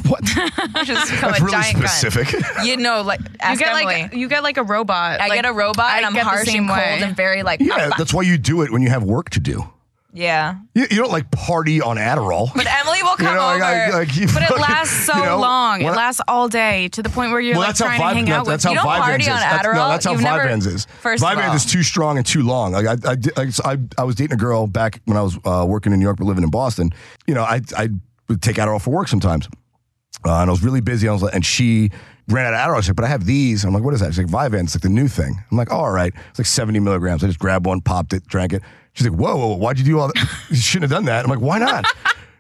Speaker 4: what?
Speaker 3: I just become
Speaker 4: That's
Speaker 3: a
Speaker 4: really
Speaker 3: giant
Speaker 4: specific.
Speaker 3: cunt. You know, like
Speaker 5: you
Speaker 3: ask
Speaker 5: get
Speaker 3: Emily.
Speaker 5: like you get like a robot.
Speaker 3: I
Speaker 5: like,
Speaker 3: get a robot
Speaker 5: I
Speaker 3: and I'm
Speaker 5: get the
Speaker 3: harsh
Speaker 5: same
Speaker 3: and cold
Speaker 5: way.
Speaker 3: and very like
Speaker 4: Yeah, that's why you do it when you have work to do.
Speaker 3: yeah.
Speaker 4: You, you don't like party on Adderall.
Speaker 3: But Emily will
Speaker 4: You
Speaker 3: come
Speaker 4: know,
Speaker 3: over.
Speaker 4: like, I- like, you
Speaker 5: but it
Speaker 4: fucking-
Speaker 5: lasts so
Speaker 4: you know,
Speaker 5: long. It
Speaker 4: when I-
Speaker 5: lasts all day to the point where you're
Speaker 4: Well,
Speaker 5: like
Speaker 4: that's how
Speaker 5: trying to hang
Speaker 4: Vyvanse.
Speaker 5: out
Speaker 4: that's
Speaker 5: with.
Speaker 4: how
Speaker 3: You don't
Speaker 4: Vyvanse
Speaker 3: party
Speaker 4: is.
Speaker 3: on
Speaker 4: That's, no,
Speaker 3: Adderall.
Speaker 4: that's how
Speaker 3: You've never-
Speaker 4: Vyvanse is.
Speaker 3: First of
Speaker 4: Vyvanse
Speaker 3: all.
Speaker 4: is too strong and too long. Like I, I, did- like, so I, I was dating a girl back when I was uh, working in New York, but living in Boston. You know, I, I would take Adderall for work sometimes, uh, and I was really busy. I was like, and she ran out of Adderall. She's like, but I have these. I'm like, what is that? She's like, Vyvanse, it's like the new thing. I'm like, oh, all right. It's like 70 milligrams. I just grabbed one, popped it, drank it. She's like, whoa, whoa, whoa, why'd you do all that? you shouldn't have done that. I'm like, why not?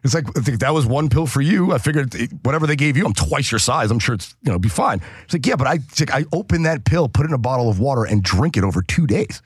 Speaker 4: It's like I think that was one pill for you. I figured it- whatever they gave you, I'm twice your size. I'm sure it's you know be fine. It's like yeah, but I it's like, I opened that pill, put it in a bottle of water, and drink it over two days.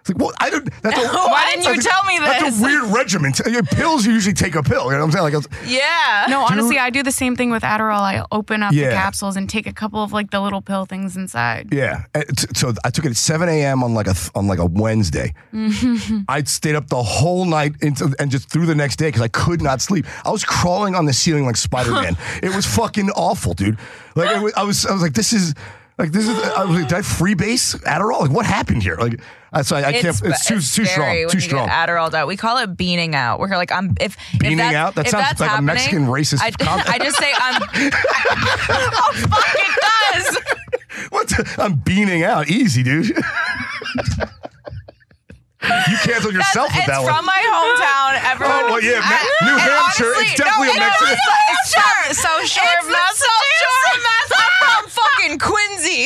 Speaker 4: It's like well, I don't. That's a,
Speaker 3: Why didn't you tell me
Speaker 4: That's
Speaker 3: this?
Speaker 4: a weird regimen. Your pills you usually take a pill. You know what I'm saying? Like it's-
Speaker 3: yeah.
Speaker 2: No, honestly, I do the same thing with Adderall. I open up
Speaker 4: Yeah.
Speaker 2: the capsules and take a couple of like the little pill things inside.
Speaker 4: yeah. And t- So I took it at 7 a.m. on like a th- on like a Wednesday. I stayed up the whole night into, and just through the next day because I could not sleep. I was crawling on the ceiling like Spider Man. it was fucking awful, dude. Like it was, I was, I was like, this is. Like this is I was like, did I freebase Adderall? Like what happened here? Like I so I, I can't. It's too too
Speaker 3: scary
Speaker 4: strong.
Speaker 3: when
Speaker 4: Too
Speaker 3: you
Speaker 4: strong.
Speaker 3: Get Adderall out. We call it beaning out. We're like, I'm if
Speaker 4: Beaning
Speaker 3: if that's,
Speaker 4: out? That
Speaker 3: if
Speaker 4: sounds
Speaker 3: that's
Speaker 4: like a
Speaker 3: happening,
Speaker 4: Mexican racist
Speaker 3: I,
Speaker 4: comment.
Speaker 3: I just say I'm. oh fuck! It does.
Speaker 4: What? the- I'm beaning out. Easy, dude. you canceled yourself
Speaker 3: That's-
Speaker 4: with that
Speaker 3: it's
Speaker 4: one.
Speaker 3: from my hometown. Everyone.
Speaker 4: Oh, well, yeah,
Speaker 3: I-
Speaker 4: Ma- New
Speaker 3: and
Speaker 4: Hampshire, it's
Speaker 3: honestly-
Speaker 4: definitely
Speaker 3: no,
Speaker 4: a Mexican-
Speaker 3: It's, not- it's not South Shore,
Speaker 5: It's
Speaker 3: of
Speaker 5: the South
Speaker 3: Massachusetts. I'm from fucking Quincy.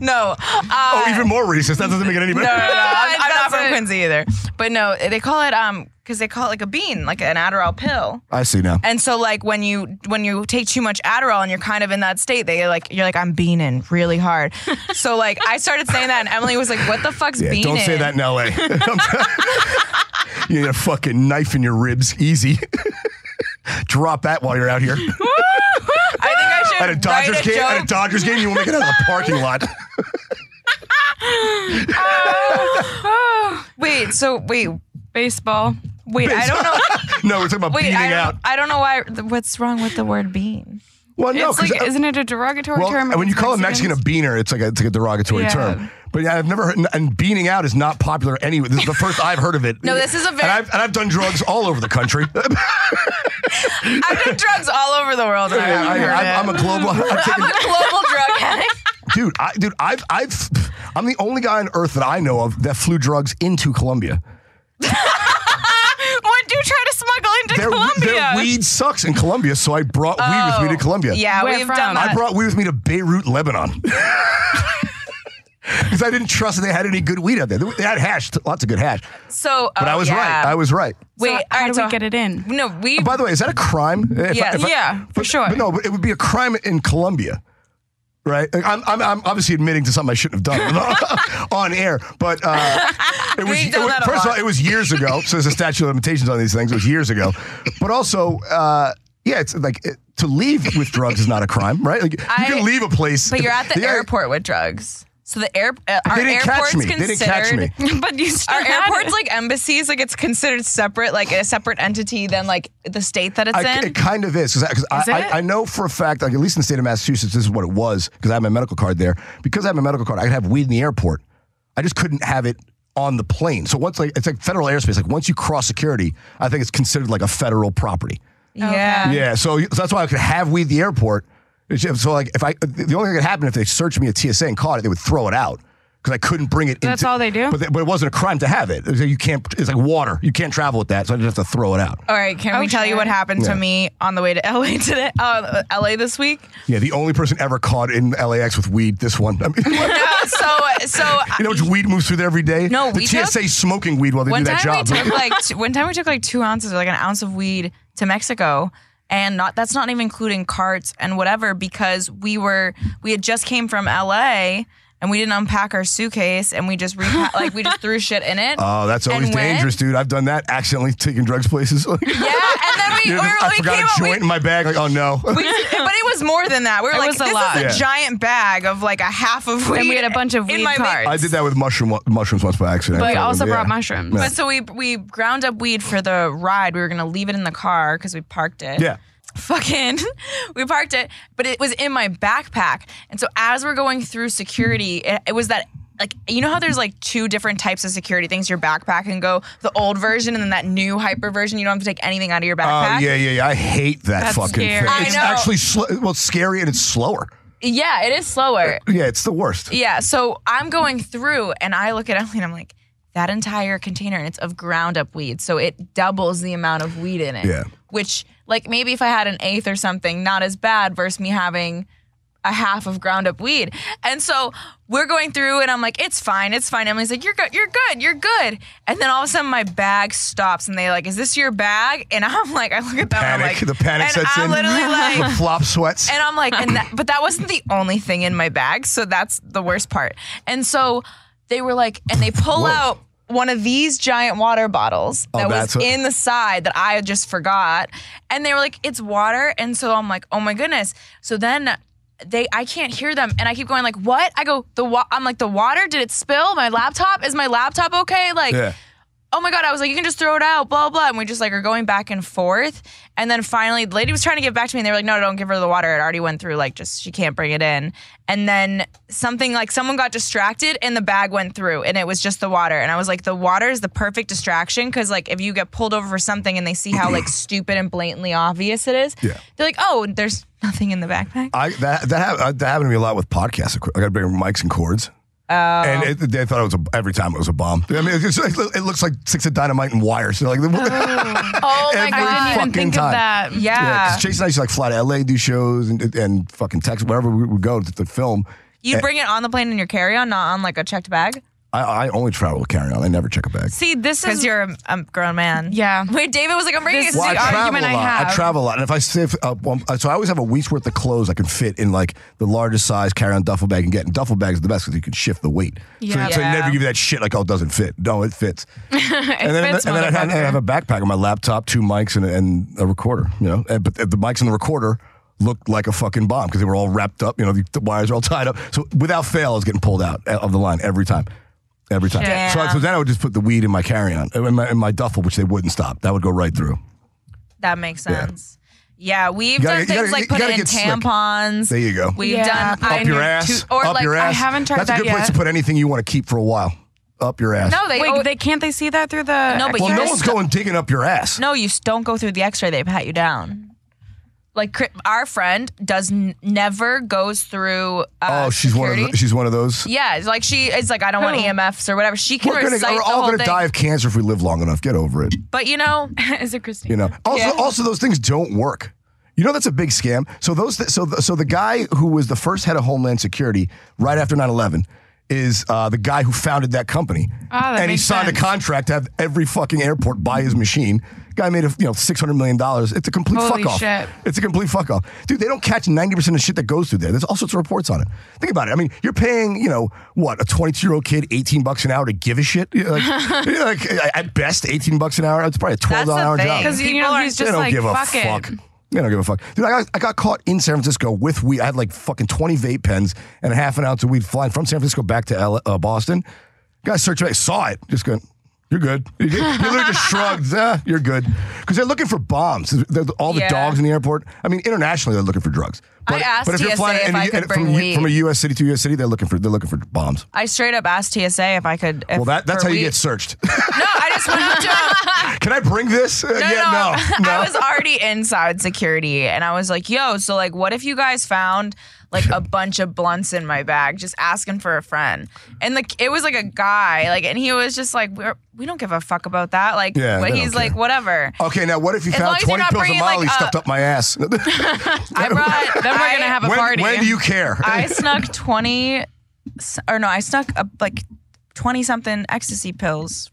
Speaker 3: No. Uh,
Speaker 4: oh, even more racist. That doesn't make it any better.
Speaker 3: no, no, no. I'm, I'm not
Speaker 5: That's
Speaker 3: from
Speaker 5: it.
Speaker 3: Quincy either. But no, they call it um because they call it like a bean, like an Adderall pill.
Speaker 4: I see now.
Speaker 3: And so like when you when you take too much Adderall and you're kind of in that state, they like you're like I'm beaning really hard. so like I started saying that, and Emily was like, "What the fuck's
Speaker 4: Yeah,
Speaker 3: beaning?"
Speaker 4: don't say that in L.A. you need a fucking knife in your ribs. Easy. Drop that while you're out here
Speaker 3: I think I should
Speaker 4: at a Dodgers
Speaker 3: write a
Speaker 4: game.
Speaker 3: joke.
Speaker 4: At a Dodgers game, you want to make it out of the parking lot.
Speaker 3: wait, so wait,
Speaker 5: Baseball.
Speaker 3: wait, I don't know.
Speaker 4: no, we're talking about
Speaker 3: Wait,
Speaker 4: beating
Speaker 3: I don't,
Speaker 4: out.
Speaker 3: I don't know why. What's wrong with the word bean?
Speaker 4: Well, no,
Speaker 2: it's
Speaker 4: 'cause,
Speaker 2: like,
Speaker 4: uh,
Speaker 2: isn't it a derogatory
Speaker 4: well,
Speaker 2: term?
Speaker 4: when you
Speaker 2: against
Speaker 4: call a Mexican a
Speaker 2: Mexicans?
Speaker 4: beaner, it's like a, it's like a derogatory
Speaker 2: Yeah.
Speaker 4: term. But yeah, I've never heard, and beaning out is not popular anyway. This is the first I've heard of it.
Speaker 3: No, this is a
Speaker 4: And
Speaker 3: very-
Speaker 4: I've, and I've done drugs all over the country.
Speaker 3: I've done drugs all over the world. And I haven't heard
Speaker 4: I, am
Speaker 3: it.
Speaker 4: a global. I've taken,
Speaker 3: I'm a global drug addict.
Speaker 4: dude, I, dude, I've, I've, I'm the only guy on earth that I know of that flew drugs into Colombia.
Speaker 5: What do you try to smuggle into
Speaker 4: Their,
Speaker 5: Colombia?
Speaker 4: their weed sucks in Colombia, so I brought weed with me to Colombia.
Speaker 3: Oh. Yeah,
Speaker 5: Where
Speaker 3: we've
Speaker 5: from?
Speaker 3: done that.
Speaker 4: I brought weed with me to Beirut, Lebanon. Because I didn't trust that they had any good weed out there. They had hash, lots of good hash.
Speaker 3: so,
Speaker 4: But I was right. I was right.
Speaker 3: Wait,
Speaker 2: So
Speaker 3: all
Speaker 2: how
Speaker 3: right,
Speaker 2: do
Speaker 3: so-
Speaker 2: we get it in?
Speaker 3: No, we.
Speaker 4: By the way, is that a crime? If I-
Speaker 3: Yes.
Speaker 4: if I-
Speaker 5: Yeah, for
Speaker 4: but-
Speaker 5: sure.
Speaker 4: But no, but it would be a crime in Colombia, right? Like, I'm, I'm, I'm obviously admitting to something I shouldn't have done on air, but uh, it was,
Speaker 3: We've done
Speaker 4: it was-
Speaker 3: that a
Speaker 4: first of all,
Speaker 3: lot.
Speaker 4: it was years ago. So there's a statute of limitations on these things. It was years ago, but also, uh, yeah, it's like it, to leave with drugs is not a crime, right? Like
Speaker 3: I-
Speaker 4: you can leave a place,
Speaker 3: but you're at the
Speaker 4: Yeah,
Speaker 3: airport with drugs. So the air, uh, our
Speaker 4: They didn't
Speaker 3: airport's
Speaker 4: catch me. They
Speaker 3: considered.
Speaker 4: didn't catch me.
Speaker 5: but you still
Speaker 3: Our
Speaker 5: had
Speaker 3: airport's
Speaker 5: it.
Speaker 3: like embassies, like it's considered separate, like a separate entity than like the state that it's
Speaker 4: I,
Speaker 3: in.
Speaker 4: it kind of is because I,
Speaker 2: Is it?
Speaker 4: I, I know for a fact, like at least in the state of Massachusetts, this is what it was because I have my medical card there. Because I have my medical card, I could have weed in the airport. I just couldn't have it on the plane. So once like it's like federal airspace. Like once you cross security, I think it's considered like a federal property.
Speaker 3: yeah.
Speaker 4: Yeah, so, so that's why I could have weed at the airport. It's just- So like if I the only thing that could happen if they searched me at TSA and caught it, they would throw it out. Because I couldn't bring it.
Speaker 2: That's
Speaker 4: into,
Speaker 2: all they do?
Speaker 4: But, but it wasn't a crime to have it. It was like You can't. It's like water. You can't travel with that. So I just have to throw it out.
Speaker 3: All right, can we tell you what happened to me on the way to LA today? Uh, LA this week.
Speaker 4: Yeah, the only person ever caught in LAX with weed. This one. I mean,
Speaker 3: Yeah, so so I-
Speaker 4: you know, just weed moves through there every day.
Speaker 3: No,
Speaker 4: the
Speaker 3: we
Speaker 4: TSA
Speaker 3: took-
Speaker 4: smoking weed while they
Speaker 3: one
Speaker 4: do
Speaker 3: time
Speaker 4: that job.
Speaker 3: we took like two, one time we took like two ounces or like an ounce of weed to Mexico, and not that's not even including carts and whatever because we were we had just came from LA. And we didn't unpack our suitcase, and we just repa- like we just threw shit in it.
Speaker 4: oh, that's always
Speaker 3: And when-
Speaker 4: dangerous, dude. I've done that accidentally taking drugs places. Like,
Speaker 3: Yeah, and then we,
Speaker 4: you know,
Speaker 3: we, were,
Speaker 4: I
Speaker 3: we
Speaker 4: forgot
Speaker 3: came
Speaker 4: a
Speaker 3: up.
Speaker 4: joint
Speaker 3: we-
Speaker 4: in my bag. Like, oh no.
Speaker 3: we- but it was more than that. We were like,
Speaker 5: was a
Speaker 3: this
Speaker 5: lot.
Speaker 3: is a
Speaker 4: Yeah.
Speaker 3: giant bag of like a half of weed,
Speaker 5: we had a bunch of
Speaker 3: in
Speaker 5: weed
Speaker 3: my big-
Speaker 5: cards.
Speaker 4: I did that with mushroom mushrooms once by accident.
Speaker 2: But
Speaker 4: So,
Speaker 2: also
Speaker 4: yeah.
Speaker 2: brought mushrooms.
Speaker 3: But so we we ground up weed for the ride. We were gonna leave it in the car because we parked it.
Speaker 4: Yeah.
Speaker 3: Fucking, we parked it, but it was in my backpack. And so as we're going through security, it, it was that like you know how there's like two different types of security things. Your backpack can go the old version and then that new hyper version. You don't have to take anything out of your
Speaker 4: Oh
Speaker 3: backpack.
Speaker 4: yeah, yeah, yeah. I hate that fucking
Speaker 5: scary.
Speaker 4: thing.
Speaker 3: I
Speaker 4: It's
Speaker 3: know.
Speaker 4: actually sl- well, it's scary and it's slower.
Speaker 3: Yeah, it is slower.
Speaker 4: Yeah, it's the worst.
Speaker 3: Yeah. So I'm going through and I look at Emily and I'm like, that entire container and it's of ground up weed. So it doubles the amount of weed in it.
Speaker 4: Yeah.
Speaker 3: Which like maybe if I had an eighth or something, not as bad versus me having a half of ground up weed. And so we're going through and I'm like, it's fine, it's fine. Emily's like, you're good, you're good, you're good. And then all of a sudden my bag stops and they like, is this your bag? And I'm like, I look at them and I'm
Speaker 4: Panic.
Speaker 3: like,
Speaker 4: the panic
Speaker 3: and
Speaker 4: sets
Speaker 3: I'm
Speaker 4: in.
Speaker 3: literally like,
Speaker 4: the flop sweats.
Speaker 3: and I'm like, and that, but that wasn't the only thing in my bag. So that's the worst part. And so they were like, and they pull
Speaker 4: Whoa. Oh,
Speaker 3: out one of these giant water bottles that
Speaker 4: that's
Speaker 3: was
Speaker 4: what-
Speaker 3: in the side that I just forgot. And they were like, it's water. And so I'm like, oh my goodness. So then they, I can't hear them. And I keep going like, what? I go, the, wa-, I'm like, the water, did it spill? My laptop, is my laptop okay? Like,
Speaker 4: yeah.
Speaker 3: oh my God, I was like, you can just throw it out, blah, blah. And we just like are going back and forth. And then finally, the lady was trying to give back to me and they were like, no, don't give her the water. It already went through. Like, just, she can't bring it in. And then something like someone got distracted and the bag went through and it was just the water. And I was like, the water is the perfect distraction because like if you get pulled over for something and they see how like stupid and blatantly obvious it is,
Speaker 4: Yeah.
Speaker 3: they're like, oh, there's nothing in the backpack.
Speaker 4: I that that, hap- uh, that happened to me a lot with podcasts. I got to bring mics and cords.
Speaker 2: Oh.
Speaker 4: And it, they thought it was a, every time it was a bomb. I mean, it's just, it looks like sticks of dynamite and wires. They're like,
Speaker 3: Oh my
Speaker 4: Every
Speaker 3: God.
Speaker 2: I didn't even
Speaker 4: fucking
Speaker 2: think
Speaker 4: time.
Speaker 2: of that.
Speaker 4: yeah.
Speaker 3: Yeah.
Speaker 4: Because Chase and I used to like fly to LA, do shows, and and fucking Texas, wherever we would go to, to film.
Speaker 3: You bring it on the plane in your carry on, not on like a checked bag?
Speaker 4: I, I only travel with carry on. I never check a bag.
Speaker 2: See, this
Speaker 3: Because
Speaker 2: is
Speaker 3: you're a, a grown man.
Speaker 2: yeah.
Speaker 3: Wait, David was like, I'm bringing
Speaker 2: This
Speaker 3: it
Speaker 2: is
Speaker 3: to
Speaker 2: the
Speaker 3: the
Speaker 4: I
Speaker 3: army.
Speaker 4: travel
Speaker 2: argument
Speaker 4: a
Speaker 2: I
Speaker 4: lot.
Speaker 2: have.
Speaker 4: travel a lot, and if I save up, one uh, so I always have a week's worth of clothes I can fit in like the largest size carry-on duffel bag and get. And duffel bags are the best because you can shift the weight.
Speaker 2: Yeah.
Speaker 4: So, so they
Speaker 3: Yeah.
Speaker 4: never give you that shit like oh it doesn't fit. No, it fits. and then,
Speaker 2: fits,
Speaker 4: and then I'd have, I'd
Speaker 2: motherfucker.
Speaker 4: have a backpack on my laptop, two mics, and, and a recorder. You know, and, but the the mics and the recorder looked like a fucking bomb because they were all wrapped up. You know, the, the wires are all tied up. So without fail, I was getting pulled out of the line every time. Every time.
Speaker 3: Shit.
Speaker 4: So, I- so then I would just put the weed in my carry-on, in my, in my duffel, which they wouldn't stop. That would go right through.
Speaker 3: That makes sense. Yeah, we've
Speaker 4: gotta-
Speaker 3: done
Speaker 4: you
Speaker 3: things
Speaker 4: gotta-
Speaker 3: like
Speaker 4: you
Speaker 3: put
Speaker 4: gotta
Speaker 3: in
Speaker 4: get slick.
Speaker 3: tampons.
Speaker 4: There you go.
Speaker 3: We've
Speaker 2: Yeah.
Speaker 3: done
Speaker 2: Up
Speaker 4: up your ass.
Speaker 3: or
Speaker 4: up
Speaker 3: like
Speaker 4: your
Speaker 3: I
Speaker 4: ass.
Speaker 2: haven't tried
Speaker 4: That's a
Speaker 2: that
Speaker 4: good place to
Speaker 2: yet.
Speaker 4: put anything you want to keep for a while. Up your ass.
Speaker 3: no, they
Speaker 2: Wait,
Speaker 3: oh,
Speaker 2: they can't they see that through the
Speaker 3: No, but
Speaker 4: well,
Speaker 3: you're
Speaker 4: no one's
Speaker 3: stu-
Speaker 4: going digging up your ass.
Speaker 3: no, you s- don't go through the X-ray. They pat you down. Like cri- our friend does n- never goes through. Uh,
Speaker 4: oh, she's one. Of
Speaker 3: security.
Speaker 4: the, she's one of those.
Speaker 3: yeah, it's like she is like I don't want
Speaker 2: Who?
Speaker 3: EMFs or whatever. She can
Speaker 4: We're, gonna,
Speaker 3: recite
Speaker 4: we're
Speaker 3: the
Speaker 4: all
Speaker 3: whole
Speaker 4: gonna
Speaker 3: thing.
Speaker 4: die of cancer if we live long enough. Get over it.
Speaker 3: But you know,
Speaker 2: is it Christine?
Speaker 4: You know. Also, also those things don't work. You know that's a big scam. So those, th- so the, so the guy who was the first head of Homeland Security right after 9/11 is uh, the guy who founded that company,
Speaker 2: Ah, that
Speaker 4: and he
Speaker 2: makes
Speaker 4: signed a
Speaker 2: sense.
Speaker 4: contract to have every fucking airport buy his machine. Guy made a you know six hundred million dollars. It's a complete
Speaker 2: Holy
Speaker 4: fuck off.
Speaker 2: shit.
Speaker 4: It's a complete fuck off, dude. They don't catch ninety percent of shit that goes through there. There's all sorts of reports on it. Think about it. I mean, you're paying you know what a twenty two year old kid eighteen bucks an hour to give a shit. You're Like, you're like, at best eighteen bucks an hour. It's probably a twelve dollar an hour
Speaker 3: thing.
Speaker 4: job.
Speaker 2: 'Cause, you
Speaker 3: People
Speaker 2: know
Speaker 3: are-
Speaker 2: he's
Speaker 4: They
Speaker 2: just
Speaker 4: don't
Speaker 2: like
Speaker 4: give a
Speaker 2: fuck it.
Speaker 4: fuck. They don't give a fuck, dude. I got, I got caught in San Francisco with weed. I had like fucking twenty vape pens and a half an ounce of weed flying from San Francisco back to L- uh, Boston. Guys searched me, saw it, just going, "You're good." He literally just shrugged, "Ah, "You're good," because they're looking for bombs. They're- all the
Speaker 3: Yeah.
Speaker 4: dogs in the airport. I mean, internationally, they're looking for drugs.
Speaker 3: I asked TSA if
Speaker 4: and
Speaker 3: I
Speaker 4: you-
Speaker 3: could
Speaker 4: and from,
Speaker 3: bring
Speaker 4: a U- from a
Speaker 3: weed.
Speaker 4: U.S. city to a U.S. city, they're looking for they're looking for bombs.
Speaker 3: I straight up asked TSA if I could. If,
Speaker 4: Well, that, that's
Speaker 3: for
Speaker 4: how you
Speaker 3: weed-
Speaker 4: get searched.
Speaker 3: No, I just went up to him.
Speaker 4: Can I bring this? Uh,
Speaker 3: No,
Speaker 4: yeah, no. no.
Speaker 3: I was already inside security and I was like, yo, so like what if you guys found like a bunch of blunts in my bag just asking for a friend? And like it was like a guy, like and he was just like we're we don't give a fuck about that. Like
Speaker 4: Yeah,
Speaker 3: but
Speaker 4: they don't
Speaker 3: he's like,
Speaker 4: care.
Speaker 3: whatever.
Speaker 4: Okay, now what if you
Speaker 3: As long
Speaker 4: found
Speaker 3: as you're
Speaker 4: 20
Speaker 3: not
Speaker 4: pills of
Speaker 3: bringing,
Speaker 4: Molly
Speaker 3: like, a-
Speaker 4: stuffed up my ass? when,
Speaker 3: I
Speaker 2: Then we're
Speaker 3: brought
Speaker 2: gonna
Speaker 3: I-
Speaker 2: have a party.
Speaker 4: when do you care?
Speaker 3: I snuck twenty s- or no, I snuck a, like twenty something ecstasy pills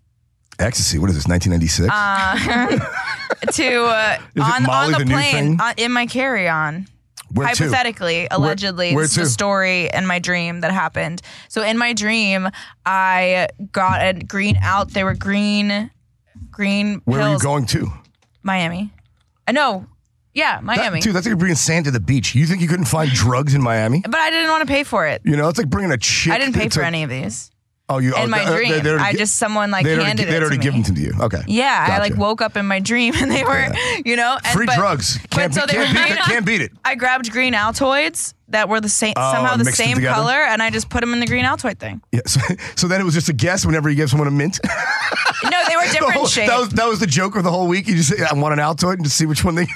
Speaker 4: Ecstasy, what is this, 1996?
Speaker 3: Uh, to uh,
Speaker 4: it
Speaker 3: on
Speaker 4: Molly
Speaker 3: on the,
Speaker 4: the new
Speaker 3: plane
Speaker 4: thing?
Speaker 3: on, in my carry on.
Speaker 4: Where to?
Speaker 3: hypothetically, allegedly,
Speaker 4: where
Speaker 3: this is
Speaker 4: to?
Speaker 3: a story in my dream that happened. So in my dream, I got a green out. They were green, green
Speaker 4: Where are you
Speaker 3: pills.
Speaker 4: going to?
Speaker 3: Miami. I know. Yeah,
Speaker 4: That-
Speaker 3: Miami.
Speaker 4: dude, that's like bringing sand to the beach. You think you couldn't find drugs in Miami?
Speaker 3: but I didn't want to pay for it.
Speaker 4: You know, it's like bringing a chick.
Speaker 3: I didn't pay
Speaker 4: it's
Speaker 3: for
Speaker 4: like-
Speaker 3: any of these
Speaker 4: Oh, you oh,
Speaker 3: in my
Speaker 4: uh,
Speaker 3: dream.
Speaker 4: they'd already
Speaker 3: I
Speaker 4: gi-
Speaker 3: just someone like
Speaker 4: they'd already,
Speaker 3: handed
Speaker 4: they'd
Speaker 3: it
Speaker 4: already
Speaker 3: to
Speaker 4: given
Speaker 3: me.
Speaker 4: them to you. Okay.
Speaker 3: Yeah, I like
Speaker 4: Gotcha.
Speaker 3: woke up in my dream and they were, you know, and,
Speaker 4: Free
Speaker 3: but-
Speaker 4: drugs.
Speaker 3: but
Speaker 4: Can't,
Speaker 3: so
Speaker 4: be,
Speaker 3: they were
Speaker 4: can't, beat,
Speaker 3: green-
Speaker 4: it- can't beat it.
Speaker 3: I grabbed green Altoids that were the same, somehow the
Speaker 4: Oh, mixed them
Speaker 3: same
Speaker 4: together?
Speaker 3: color, and I just put them in the green Altoid thing.
Speaker 4: Yeah, so, so then it was just a guess whenever you give someone a mint.
Speaker 3: No, they were different shapes.
Speaker 4: Oh, that, was, that was the joke of the whole week. You just say, I want an Altoid and just see which one they.
Speaker 3: And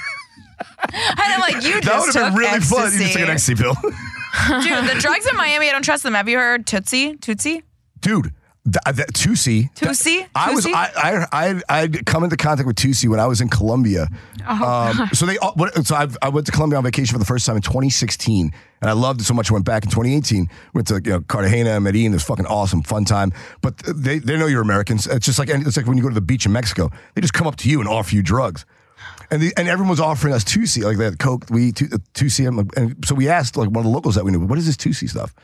Speaker 3: I'm like, you
Speaker 4: that
Speaker 3: just
Speaker 4: would have been
Speaker 3: took
Speaker 4: really fun. You
Speaker 3: ecstasy.
Speaker 4: just took an ecstasy pill.
Speaker 3: Dude, the drugs in Miami, I don't trust them. Have you heard Tootsie? Tootsie?
Speaker 4: dude. Th- that Tusi.
Speaker 3: Tusi?
Speaker 4: I was
Speaker 3: Tusi?
Speaker 4: I I I'd, I'd come into contact with Tusi when I was in Colombia. um, so they all- what- so I've, I went to Colombia on vacation for the first time in 2016, and I loved it so much. I went back in 2018. Went to you know, Cartagena, Medellin. It was fucking awesome, fun time. But they they know you're Americans. It's just like any- it's like when you go to the beach in Mexico, they just come up to you and offer you drugs. And, the, and everyone was offering us Tusi, like that Coke, we Tu- uh, Tusi. I'm like- And so we asked like one of the locals that we knew, what is this Tusi stuff?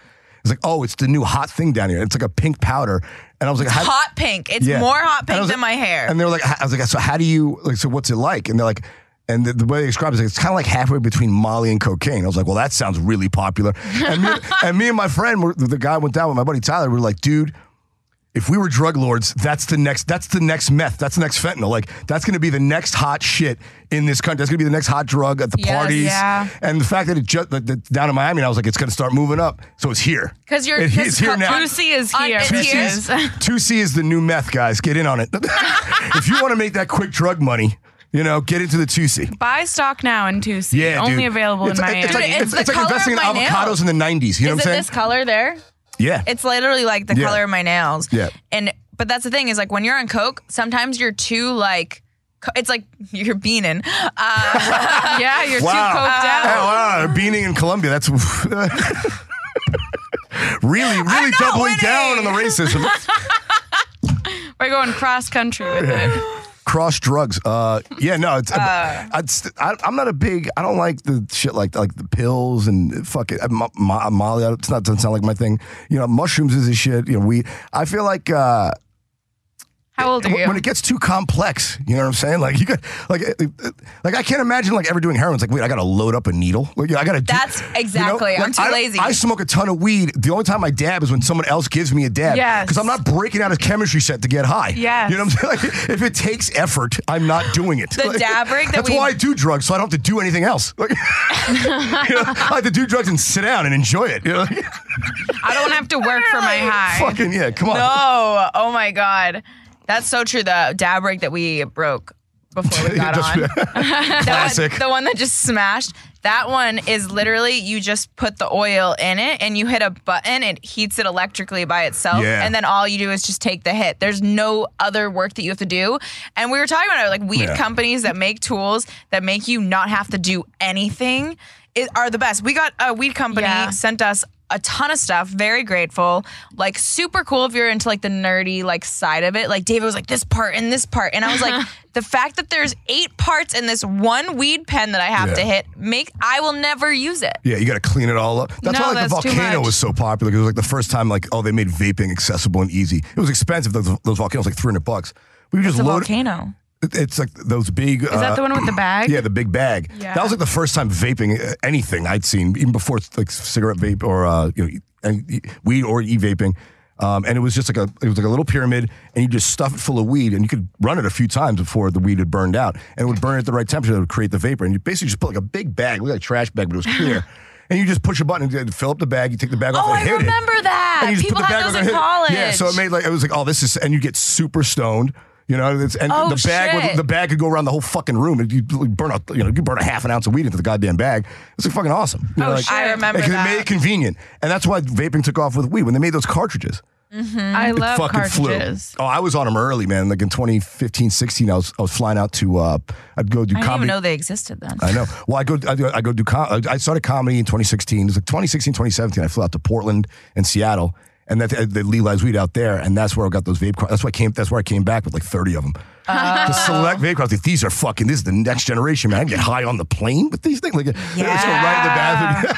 Speaker 4: It's like, oh, it's the new hot thing down here. It's like a pink powder. And I was like, how-
Speaker 3: hot pink. It's
Speaker 4: yeah.
Speaker 3: more hot
Speaker 4: And I
Speaker 3: pink
Speaker 4: was
Speaker 3: than my
Speaker 4: like-
Speaker 3: hair.
Speaker 4: And they were like, I was like, so how do you like? So what's it like? And they're like, and the, the way they describe it is like, it's kind of like halfway between Molly and cocaine. I was like, well, that sounds really popular. And me and, me and my friend, were, the guy who went down with my buddy Tyler. We were like, dude. If we were drug lords, that's the next. That's the next meth. That's the next fentanyl. Like that's going to be the next hot shit in this country. That's going to be the next hot drug at the
Speaker 3: Yes,
Speaker 4: parties.
Speaker 2: yeah.
Speaker 4: And the fact that it just that, that down in Miami, and I was like, it's going to start moving up. So it's here.
Speaker 5: Because you're
Speaker 4: It- it's here now.
Speaker 5: Lucy is
Speaker 3: On-
Speaker 5: here.
Speaker 3: it's
Speaker 5: It
Speaker 3: here.
Speaker 5: is.
Speaker 4: Two C is the new meth, guys. Get in on it. if you want to make that quick drug money, you know, get into the two C.
Speaker 2: Buy stock now in two C.
Speaker 4: Yeah,
Speaker 2: only
Speaker 4: dude.
Speaker 2: available
Speaker 4: It's-
Speaker 2: in Miami.
Speaker 4: It's like,
Speaker 3: Dude,
Speaker 4: it's,
Speaker 3: it's
Speaker 4: it's
Speaker 3: the
Speaker 4: like
Speaker 3: color
Speaker 4: investing in
Speaker 3: of my nail.
Speaker 4: avocados in the '90s. You know
Speaker 3: Is it
Speaker 4: what I'm saying?
Speaker 3: this color there?
Speaker 4: yeah.
Speaker 3: It's literally like the
Speaker 4: Yeah.
Speaker 3: color of my nails.
Speaker 4: Yeah.
Speaker 3: And but that's the thing is like when you're on coke, sometimes you're too like co- it's like you're beaning. Uh,
Speaker 2: yeah, you're
Speaker 4: Wow.
Speaker 2: too coked out.
Speaker 4: Oh, wow. Beaning in Colombia. That's really, really
Speaker 3: not
Speaker 4: doubling
Speaker 3: winning.
Speaker 4: down on the racism.
Speaker 2: We're going cross country with it.
Speaker 4: Cross drugs. Uh, yeah, no, it's, I'd st- I, am not a big. I don't like the shit like like the pills and fuck it, mo- mo- Molly. I don't- It's not doesn't sound like my thing. You know, mushrooms is a shit. You know, we. I feel like. Uh,
Speaker 2: How old are
Speaker 4: When- When
Speaker 2: you?
Speaker 4: it gets too complex, you know what I'm saying? Like you got like uh, uh, like I can't imagine like ever doing heroin. It's like wait, I got to load up a needle. Like yeah, I got to.
Speaker 3: That's exactly. I'm too
Speaker 4: I,
Speaker 3: lazy.
Speaker 4: I smoke a ton of weed. The only time I dab is when someone else gives me a dab.
Speaker 2: Yes.
Speaker 4: Because I'm not breaking out a chemistry set to get high.
Speaker 2: Yes.
Speaker 4: You know what I'm saying? Like, if it takes effort, I'm not doing it.
Speaker 3: The
Speaker 4: Like,
Speaker 3: dab break that
Speaker 4: That's
Speaker 3: we-
Speaker 4: why I do drugs, so I don't have to do anything else. Like, you know, I like to do drugs and sit down and enjoy it. You know?
Speaker 2: I don't have to work for my high.
Speaker 4: Fucking yeah, come on.
Speaker 3: oh, oh my god, that's so true. The dab rig that we broke before we got
Speaker 4: Just-
Speaker 3: on.
Speaker 4: Classic.
Speaker 3: The one that just smashed. That one is literally you just put the oil in it and you hit a button, it heats it electrically by itself.
Speaker 4: Yeah.
Speaker 3: And then all you do is just take the hit. There's no other work that you have to do. And we were talking about it, like weed
Speaker 4: Yeah.
Speaker 3: companies that make tools that make you not have to do anything i- are the best. We got a weed company
Speaker 2: Yeah.
Speaker 3: sent us a ton of stuff. Very grateful. Like super cool if you're into like the nerdy like side of it. Like David was like this part and this part, and I was like, the fact that there's eight parts in this one weed pen that I have
Speaker 4: Yeah.
Speaker 3: to hit make I will never use it.
Speaker 4: Yeah, you got to clean it all up. That's
Speaker 2: No,
Speaker 4: why like, the
Speaker 2: that's too
Speaker 4: volcano
Speaker 2: much.
Speaker 4: was so popular because it was like the first time like oh they made vaping accessible and easy. It was expensive. Those, those volcanoes like three hundred bucks. We just
Speaker 3: The
Speaker 4: load.
Speaker 3: volcano.
Speaker 4: It's like those big. uh,
Speaker 2: Is that the one with the bag?
Speaker 4: Yeah, the big bag.
Speaker 2: Yeah.
Speaker 4: That was like the first time vaping uh, anything I'd seen, even before like cigarette vape or uh, you know e- and e- weed or e vaping. Um, and it was just like a it was like a little pyramid, and you just stuff it full of weed, and you could run it a few times before the weed had burned out, and it would burn at the right temperature that would create the vapor, and you basically just put like a big bag, it looked like a trash bag, but it was clear. And you just push a button and fill up the bag. You take the bag off.
Speaker 3: Oh,
Speaker 4: and
Speaker 3: I
Speaker 4: hit it.
Speaker 3: remember that.
Speaker 4: And you just
Speaker 3: People
Speaker 4: put the
Speaker 3: had
Speaker 4: bag
Speaker 3: those
Speaker 4: on
Speaker 3: in
Speaker 4: and hit it. Yeah, so it
Speaker 3: college.
Speaker 4: made like it was like, oh, this is, and you get super stoned. You know, it's, and
Speaker 3: Oh,
Speaker 4: the bag would,
Speaker 3: shit.
Speaker 4: the bag could go around the whole fucking room, and you burn a you know you burn a half an ounce of weed into the goddamn bag. It's like fucking awesome. You know, like,
Speaker 3: Oh, shit. I remember
Speaker 4: like,
Speaker 3: that.
Speaker 4: They made it convenient, and that's why vaping took off with weed when they made those cartridges.
Speaker 2: I love
Speaker 4: fucking
Speaker 2: cartridges.
Speaker 4: flew. Oh, I was on them early, man. Like in 2015, 16, I was I was flying out to uh, I'd go do
Speaker 3: I didn't even
Speaker 4: comedy.
Speaker 3: know they existed then.
Speaker 4: I know. Well, I go, I go, I go do, com- I started comedy in 2016. It was like 2016, 2017. I flew out to Portland and Seattle and that they legalized weed out there. And that's where I got those vape cards. That's why I came, that's where I came back with like 30 of them.
Speaker 3: Ah.
Speaker 4: The select vape cards. Like, these are fucking, this is the next generation, man. I can get high on the plane with these things. Like, yeah. just go right in the bathroom.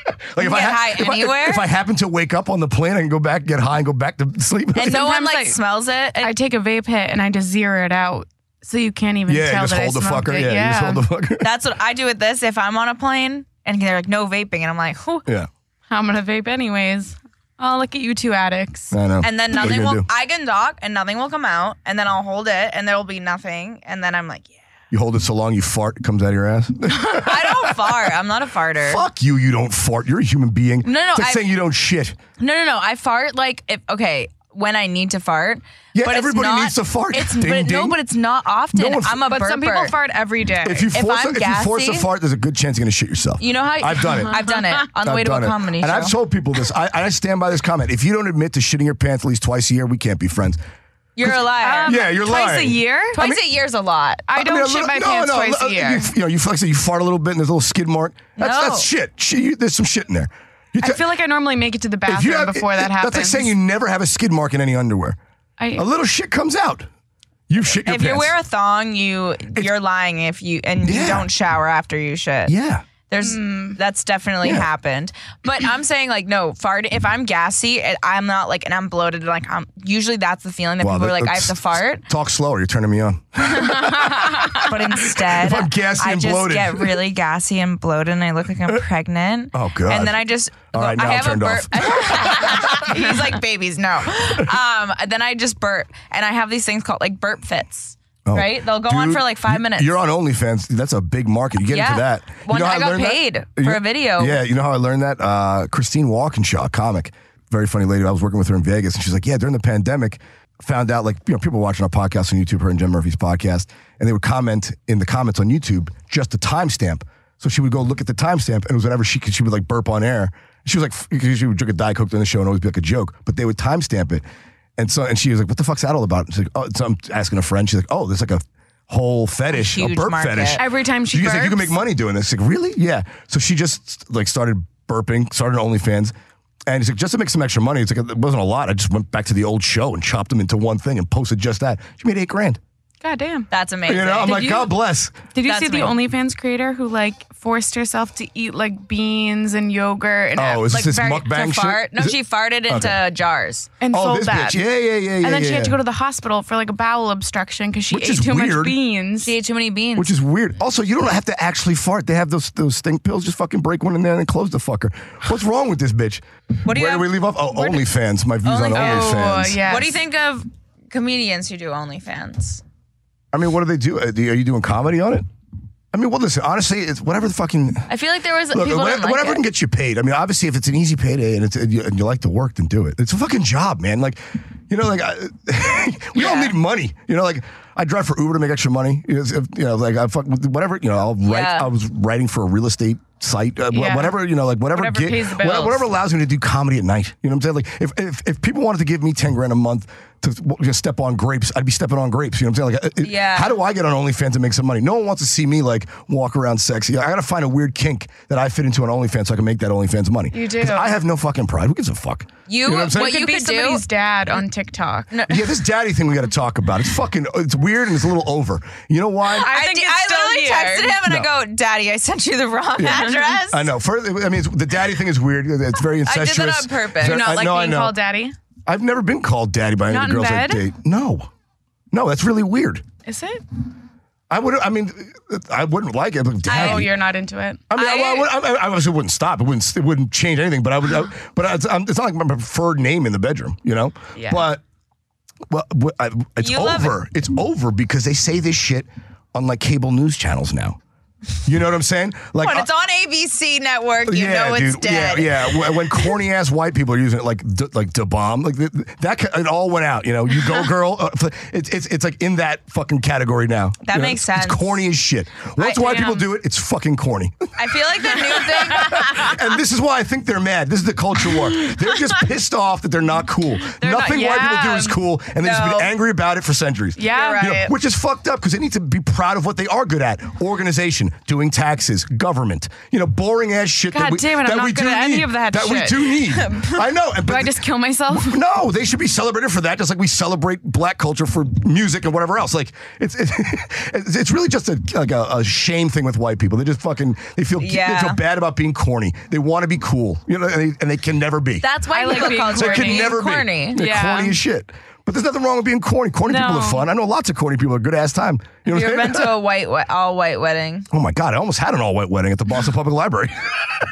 Speaker 4: like, if
Speaker 3: get high
Speaker 4: if I-
Speaker 3: anywhere?
Speaker 4: If, I happen to wake up on the plane, I can go back, get high, and go back to sleep.
Speaker 3: and no one
Speaker 2: Sometimes,
Speaker 3: like
Speaker 2: like,
Speaker 3: smells it.
Speaker 2: I take a vape hit and I just zero it out, so you can't even
Speaker 4: yeah, you
Speaker 2: tell
Speaker 4: just
Speaker 2: that
Speaker 4: hold
Speaker 2: I
Speaker 4: the
Speaker 2: smoked
Speaker 4: fucker.
Speaker 2: It.
Speaker 4: Yeah, you just hold the fucker.
Speaker 3: That's what I do with this. If I'm on a plane and they're like, no vaping, and I'm like, whew.
Speaker 4: Yeah,
Speaker 2: I'm gonna vape anyways. Oh, look at you two addicts.
Speaker 4: I know.
Speaker 3: And then
Speaker 4: What are you
Speaker 3: nothing
Speaker 4: gonna
Speaker 3: will,
Speaker 4: do?
Speaker 3: I can talk and nothing will come out. And then I'll hold it and there'll be nothing. And then I'm like, yeah.
Speaker 4: You hold it so long, you fart, it comes out of your ass.
Speaker 3: I don't fart. I'm not a farter.
Speaker 4: Fuck you, you don't fart. You're a human being.
Speaker 3: no,
Speaker 4: It's like
Speaker 3: I-
Speaker 4: saying you don't shit.
Speaker 3: No, no, no. I fart like, if, okay, when I need to fart.
Speaker 4: Yeah,
Speaker 3: but it's
Speaker 4: everybody
Speaker 3: not-
Speaker 4: needs to fart.
Speaker 3: It's,
Speaker 4: Ding,
Speaker 3: but, it- No,
Speaker 4: ding.
Speaker 3: but it's not often.
Speaker 4: No one f-
Speaker 3: I'm a
Speaker 2: But some people
Speaker 3: burper.
Speaker 2: fart every day.
Speaker 4: If you
Speaker 3: If
Speaker 4: force, a,
Speaker 3: I'm
Speaker 4: if you force a
Speaker 3: gassy-
Speaker 4: fart, there's a good chance you're gonna shit yourself.
Speaker 3: You know how
Speaker 4: I've done it.
Speaker 3: I've done it on the
Speaker 4: I've
Speaker 3: way to a
Speaker 4: done it.
Speaker 3: comedy
Speaker 4: and
Speaker 3: show.
Speaker 4: I've told people this. I, I stand by this comment. If you don't admit to shitting your pants at least twice a year, we can't be friends.
Speaker 3: You're a
Speaker 2: Um,
Speaker 3: liar.
Speaker 4: yeah, you're
Speaker 2: Twice
Speaker 4: lying.
Speaker 2: a year?
Speaker 3: Twice a year's a lot.
Speaker 2: I don't
Speaker 4: mean, a
Speaker 2: shit
Speaker 4: little-
Speaker 2: my
Speaker 4: no,
Speaker 2: pants
Speaker 4: no,
Speaker 2: twice
Speaker 4: li-
Speaker 2: a year.
Speaker 4: You, you know, you flex it, you fart a little bit, and there's a little skid mark. That's
Speaker 3: No.
Speaker 4: that's shit. Shit, you, there's some shit in there. You
Speaker 2: I
Speaker 4: ta-
Speaker 2: feel like I normally make it to the
Speaker 4: if you
Speaker 2: bathroom
Speaker 4: have-
Speaker 2: before that happens.
Speaker 4: That's like saying you never have a skid mark in any underwear.
Speaker 2: I-
Speaker 4: A little shit comes out. You shit your
Speaker 3: If
Speaker 4: pants.
Speaker 3: you wear a thong, you you're lying if you and
Speaker 4: Yeah.
Speaker 3: you don't shower after you shit.
Speaker 4: yeah.
Speaker 3: There's that's definitely
Speaker 4: Yeah.
Speaker 3: happened. But I'm saying like no, fart if I'm gassy, and I'm not like and I'm bloated like I'm usually that's the feeling that
Speaker 4: Wow,
Speaker 3: people
Speaker 4: that-
Speaker 3: are like I have
Speaker 4: that's-
Speaker 3: to fart,
Speaker 4: Talk slower. You're turning me on.
Speaker 3: but instead
Speaker 4: If I'm gassy
Speaker 3: I
Speaker 4: and
Speaker 3: just
Speaker 4: bloated.
Speaker 3: get really gassy and bloated and I look like I'm pregnant.
Speaker 4: Oh, God.
Speaker 3: And then I just
Speaker 4: All right, now
Speaker 3: I
Speaker 4: I'm
Speaker 3: have a
Speaker 4: turned
Speaker 3: bur-
Speaker 4: off.
Speaker 3: He's like, babies, no. Um, then I just burp, and I have these things called like burp fits. Right? They'll go on
Speaker 4: Oh. Dude,
Speaker 3: for like five
Speaker 4: you-
Speaker 3: minutes.
Speaker 4: You're on OnlyFans. Dude, That's a big market. You get
Speaker 3: Yeah.
Speaker 4: into that. You
Speaker 3: One-
Speaker 4: know how
Speaker 3: I got
Speaker 4: learned that?
Speaker 3: paid
Speaker 4: You
Speaker 3: for
Speaker 4: know-
Speaker 3: a video.
Speaker 4: Yeah, you know how I learned that? Uh, Christine Walkinshaw, comic, very funny lady. I was working with her in Vegas, and she's like, "Yeah, during the pandemic, found out like you know people watching our podcast on YouTube, her and Jim Murphy's podcast, and they would comment in the comments on YouTube just the timestamp. So she would go look at the timestamp, and it was whenever she could, she would like burp on air. She was like, f- 'cause she would drink a diet coke during the show and always be like a joke, but they would timestamp it. And so, and she was like, "What the fuck's that all about?" She's like, "Oh, so I'm asking a friend." She's like, "Oh, there's like a whole fetish, a,
Speaker 3: huge
Speaker 4: burp
Speaker 3: market.
Speaker 4: fetish."
Speaker 2: Every time she
Speaker 4: you guys like, you can
Speaker 2: burps.
Speaker 4: make money doing this. Like, really? Yeah. So she just like started burping, started OnlyFans. And he's like, just to make some extra money. It's like, it wasn't a lot. I just went back to the old show and chopped them into one thing and posted just that. She made eight grand.
Speaker 2: God damn.
Speaker 3: That's amazing.
Speaker 4: You know, I'm like,
Speaker 2: you-
Speaker 4: God bless.
Speaker 2: Did you
Speaker 3: That's
Speaker 2: see the OnlyFans creator who like forced herself to eat like beans and yogurt and,
Speaker 4: Oh, is
Speaker 2: like,
Speaker 4: this his
Speaker 2: very-
Speaker 4: mukbang
Speaker 3: to
Speaker 4: shit?
Speaker 3: fart. No,
Speaker 4: Is it-
Speaker 3: she farted into
Speaker 4: Okay.
Speaker 3: jars.
Speaker 2: and
Speaker 4: Oh,
Speaker 2: sold
Speaker 4: this
Speaker 2: that?
Speaker 4: bitch. Yeah, yeah, yeah, yeah.
Speaker 2: and then she
Speaker 4: yeah,
Speaker 2: had to
Speaker 4: yeah.
Speaker 2: go to the hospital for like a bowel obstruction because she
Speaker 4: Which
Speaker 2: ate
Speaker 4: is
Speaker 2: too
Speaker 4: weird.
Speaker 2: much beans.
Speaker 3: She ate too many beans.
Speaker 4: Which is weird. Also, you don't have to actually fart. They have those those stink pills. Just fucking break one in there and then close the fucker. What's wrong with this bitch?
Speaker 3: What do you
Speaker 4: Where
Speaker 3: have-
Speaker 4: do we leave off? Oh, OnlyFans. My views on
Speaker 3: Only- oh,
Speaker 4: OnlyFans.
Speaker 2: yeah.
Speaker 3: What do you think of comedians who do OnlyFans?
Speaker 4: I mean, what do they do? Uh, do- Are you doing comedy on it? I mean, well, listen, honestly, it's whatever the fucking.
Speaker 3: I feel like there was
Speaker 4: Look,
Speaker 3: people
Speaker 4: wha-
Speaker 3: didn't like
Speaker 4: whatever
Speaker 3: it.
Speaker 4: can get you paid. I mean, obviously, if it's an easy payday and, it's, and, you, and you like the work, then do it. It's a fucking job, man. Like, you know, like I, we all
Speaker 3: Yeah.
Speaker 4: need money. You know, like I drive for Uber to make extra money. You know, if- you know, like I fuck whatever. You know, I'll write.
Speaker 3: Yeah.
Speaker 4: I was writing for a real estate site. Uh, wh-
Speaker 2: Yeah.
Speaker 4: Whatever you know, like whatever,
Speaker 2: Whatever
Speaker 4: gi-
Speaker 2: pays the
Speaker 4: wha-
Speaker 2: bills.
Speaker 4: whatever allows me to do comedy at night. You know what I'm saying? Like if if, if people wanted to give me ten grand a month to w- just step on grapes, I'd be stepping on grapes. You know what I'm saying? Like, uh, it-
Speaker 3: Yeah.
Speaker 4: how do I get on OnlyFans and make some money? No one wants to see me like walk around sexy. I gotta find a weird kink that I fit into on OnlyFans so I can make that OnlyFans money. You
Speaker 2: do.
Speaker 4: I have no fucking pride. Who gives a fuck?
Speaker 3: You,
Speaker 4: know what I'm
Speaker 3: what,
Speaker 4: saying?
Speaker 3: you
Speaker 2: could be
Speaker 3: could do?
Speaker 2: somebody's dad on TikTok.
Speaker 4: Yeah, this daddy thing we gotta talk about. It's fucking. It's weird and it's a little over. You know why?
Speaker 3: I,
Speaker 5: think
Speaker 3: di-
Speaker 5: it's
Speaker 3: I
Speaker 5: still
Speaker 3: literally
Speaker 5: here.
Speaker 3: texted him and I go, Daddy, I sent you the wrong address.
Speaker 4: I know. For, I mean, it's, the daddy thing is weird. It's very
Speaker 3: that on
Speaker 4: incestuous.
Speaker 3: purpose. Do
Speaker 4: Very-
Speaker 2: Not
Speaker 4: I
Speaker 2: like
Speaker 4: know, I
Speaker 2: being
Speaker 4: know.
Speaker 2: called daddy.
Speaker 4: I've never been called daddy by any of
Speaker 2: Not
Speaker 4: the
Speaker 2: in
Speaker 4: girls I
Speaker 2: bed?
Speaker 4: date. No, no, that's really weird.
Speaker 2: Is it?
Speaker 4: I would. I mean, I wouldn't like it. But daddy.
Speaker 2: Oh, you're not into it.
Speaker 4: I mean,
Speaker 3: I-
Speaker 4: I, I, would- I, I obviously wouldn't stop. It wouldn't. It wouldn't change anything. But I would. I, but I, it's, um, it's not like my preferred name in the bedroom. You know.
Speaker 2: Yeah.
Speaker 4: But well, w I it's
Speaker 3: You love
Speaker 4: over. It's over because they say this shit on like cable news channels now. You know what I'm saying? Like
Speaker 3: When it's
Speaker 4: uh,
Speaker 3: on ABC network, you know it's dead.
Speaker 4: Yeah, yeah. When- When corny ass white people are using it, like d- like da bomb, like th- th- that, ca- it all went out. You know, you go girl. Uh, f- it's it's it's like in that fucking category now.
Speaker 3: That
Speaker 4: You know,
Speaker 3: makes
Speaker 4: it's-
Speaker 3: sense.
Speaker 4: It's corny as shit. Once white people
Speaker 2: am.
Speaker 4: do it, it's fucking corny.
Speaker 3: I feel like the new thing.
Speaker 4: and this is why I think they're mad. This is the culture war. They're just pissed off that they're not cool. Nothing
Speaker 2: not-
Speaker 4: white people do
Speaker 2: yeah.
Speaker 4: is cool, and they've just
Speaker 3: No.
Speaker 4: been angry about it for centuries.
Speaker 2: Yeah.
Speaker 3: You're
Speaker 4: You know,
Speaker 3: right.
Speaker 4: which is fucked up because they need to be proud of what they are good at: organization, doing taxes, government. You know, boring ass shit. that
Speaker 2: God
Speaker 4: we,
Speaker 2: damn it, I'm
Speaker 4: that
Speaker 2: not
Speaker 4: we
Speaker 2: good
Speaker 4: do
Speaker 2: at any
Speaker 4: need,
Speaker 2: of that shit.
Speaker 4: we do need. I know. But
Speaker 2: Do I just kill myself?
Speaker 4: no, they should be celebrated for that, just like we celebrate black culture for music and whatever else. Like it's it's, it's it's really just a like a, a shame thing with white people. They just fucking they feel
Speaker 3: Yeah.
Speaker 4: they feel bad about being corny. They want to be cool, you know, and they, and they can never be.
Speaker 3: That's why
Speaker 2: I like
Speaker 3: people
Speaker 2: being
Speaker 3: call it
Speaker 4: they
Speaker 2: corny.
Speaker 4: can never
Speaker 3: corny.
Speaker 4: be. They're
Speaker 2: Yeah.
Speaker 4: corny as shit. But there's nothing wrong with being corny. Corny people
Speaker 2: No.
Speaker 4: are fun. I know lots of corny people. Are good ass time. You know
Speaker 3: Have
Speaker 4: what
Speaker 3: you
Speaker 4: I'm
Speaker 3: ever
Speaker 4: saying?
Speaker 3: been to a white, we- all white wedding?
Speaker 4: oh my god, I almost had an all white wedding at the Boston Public Library.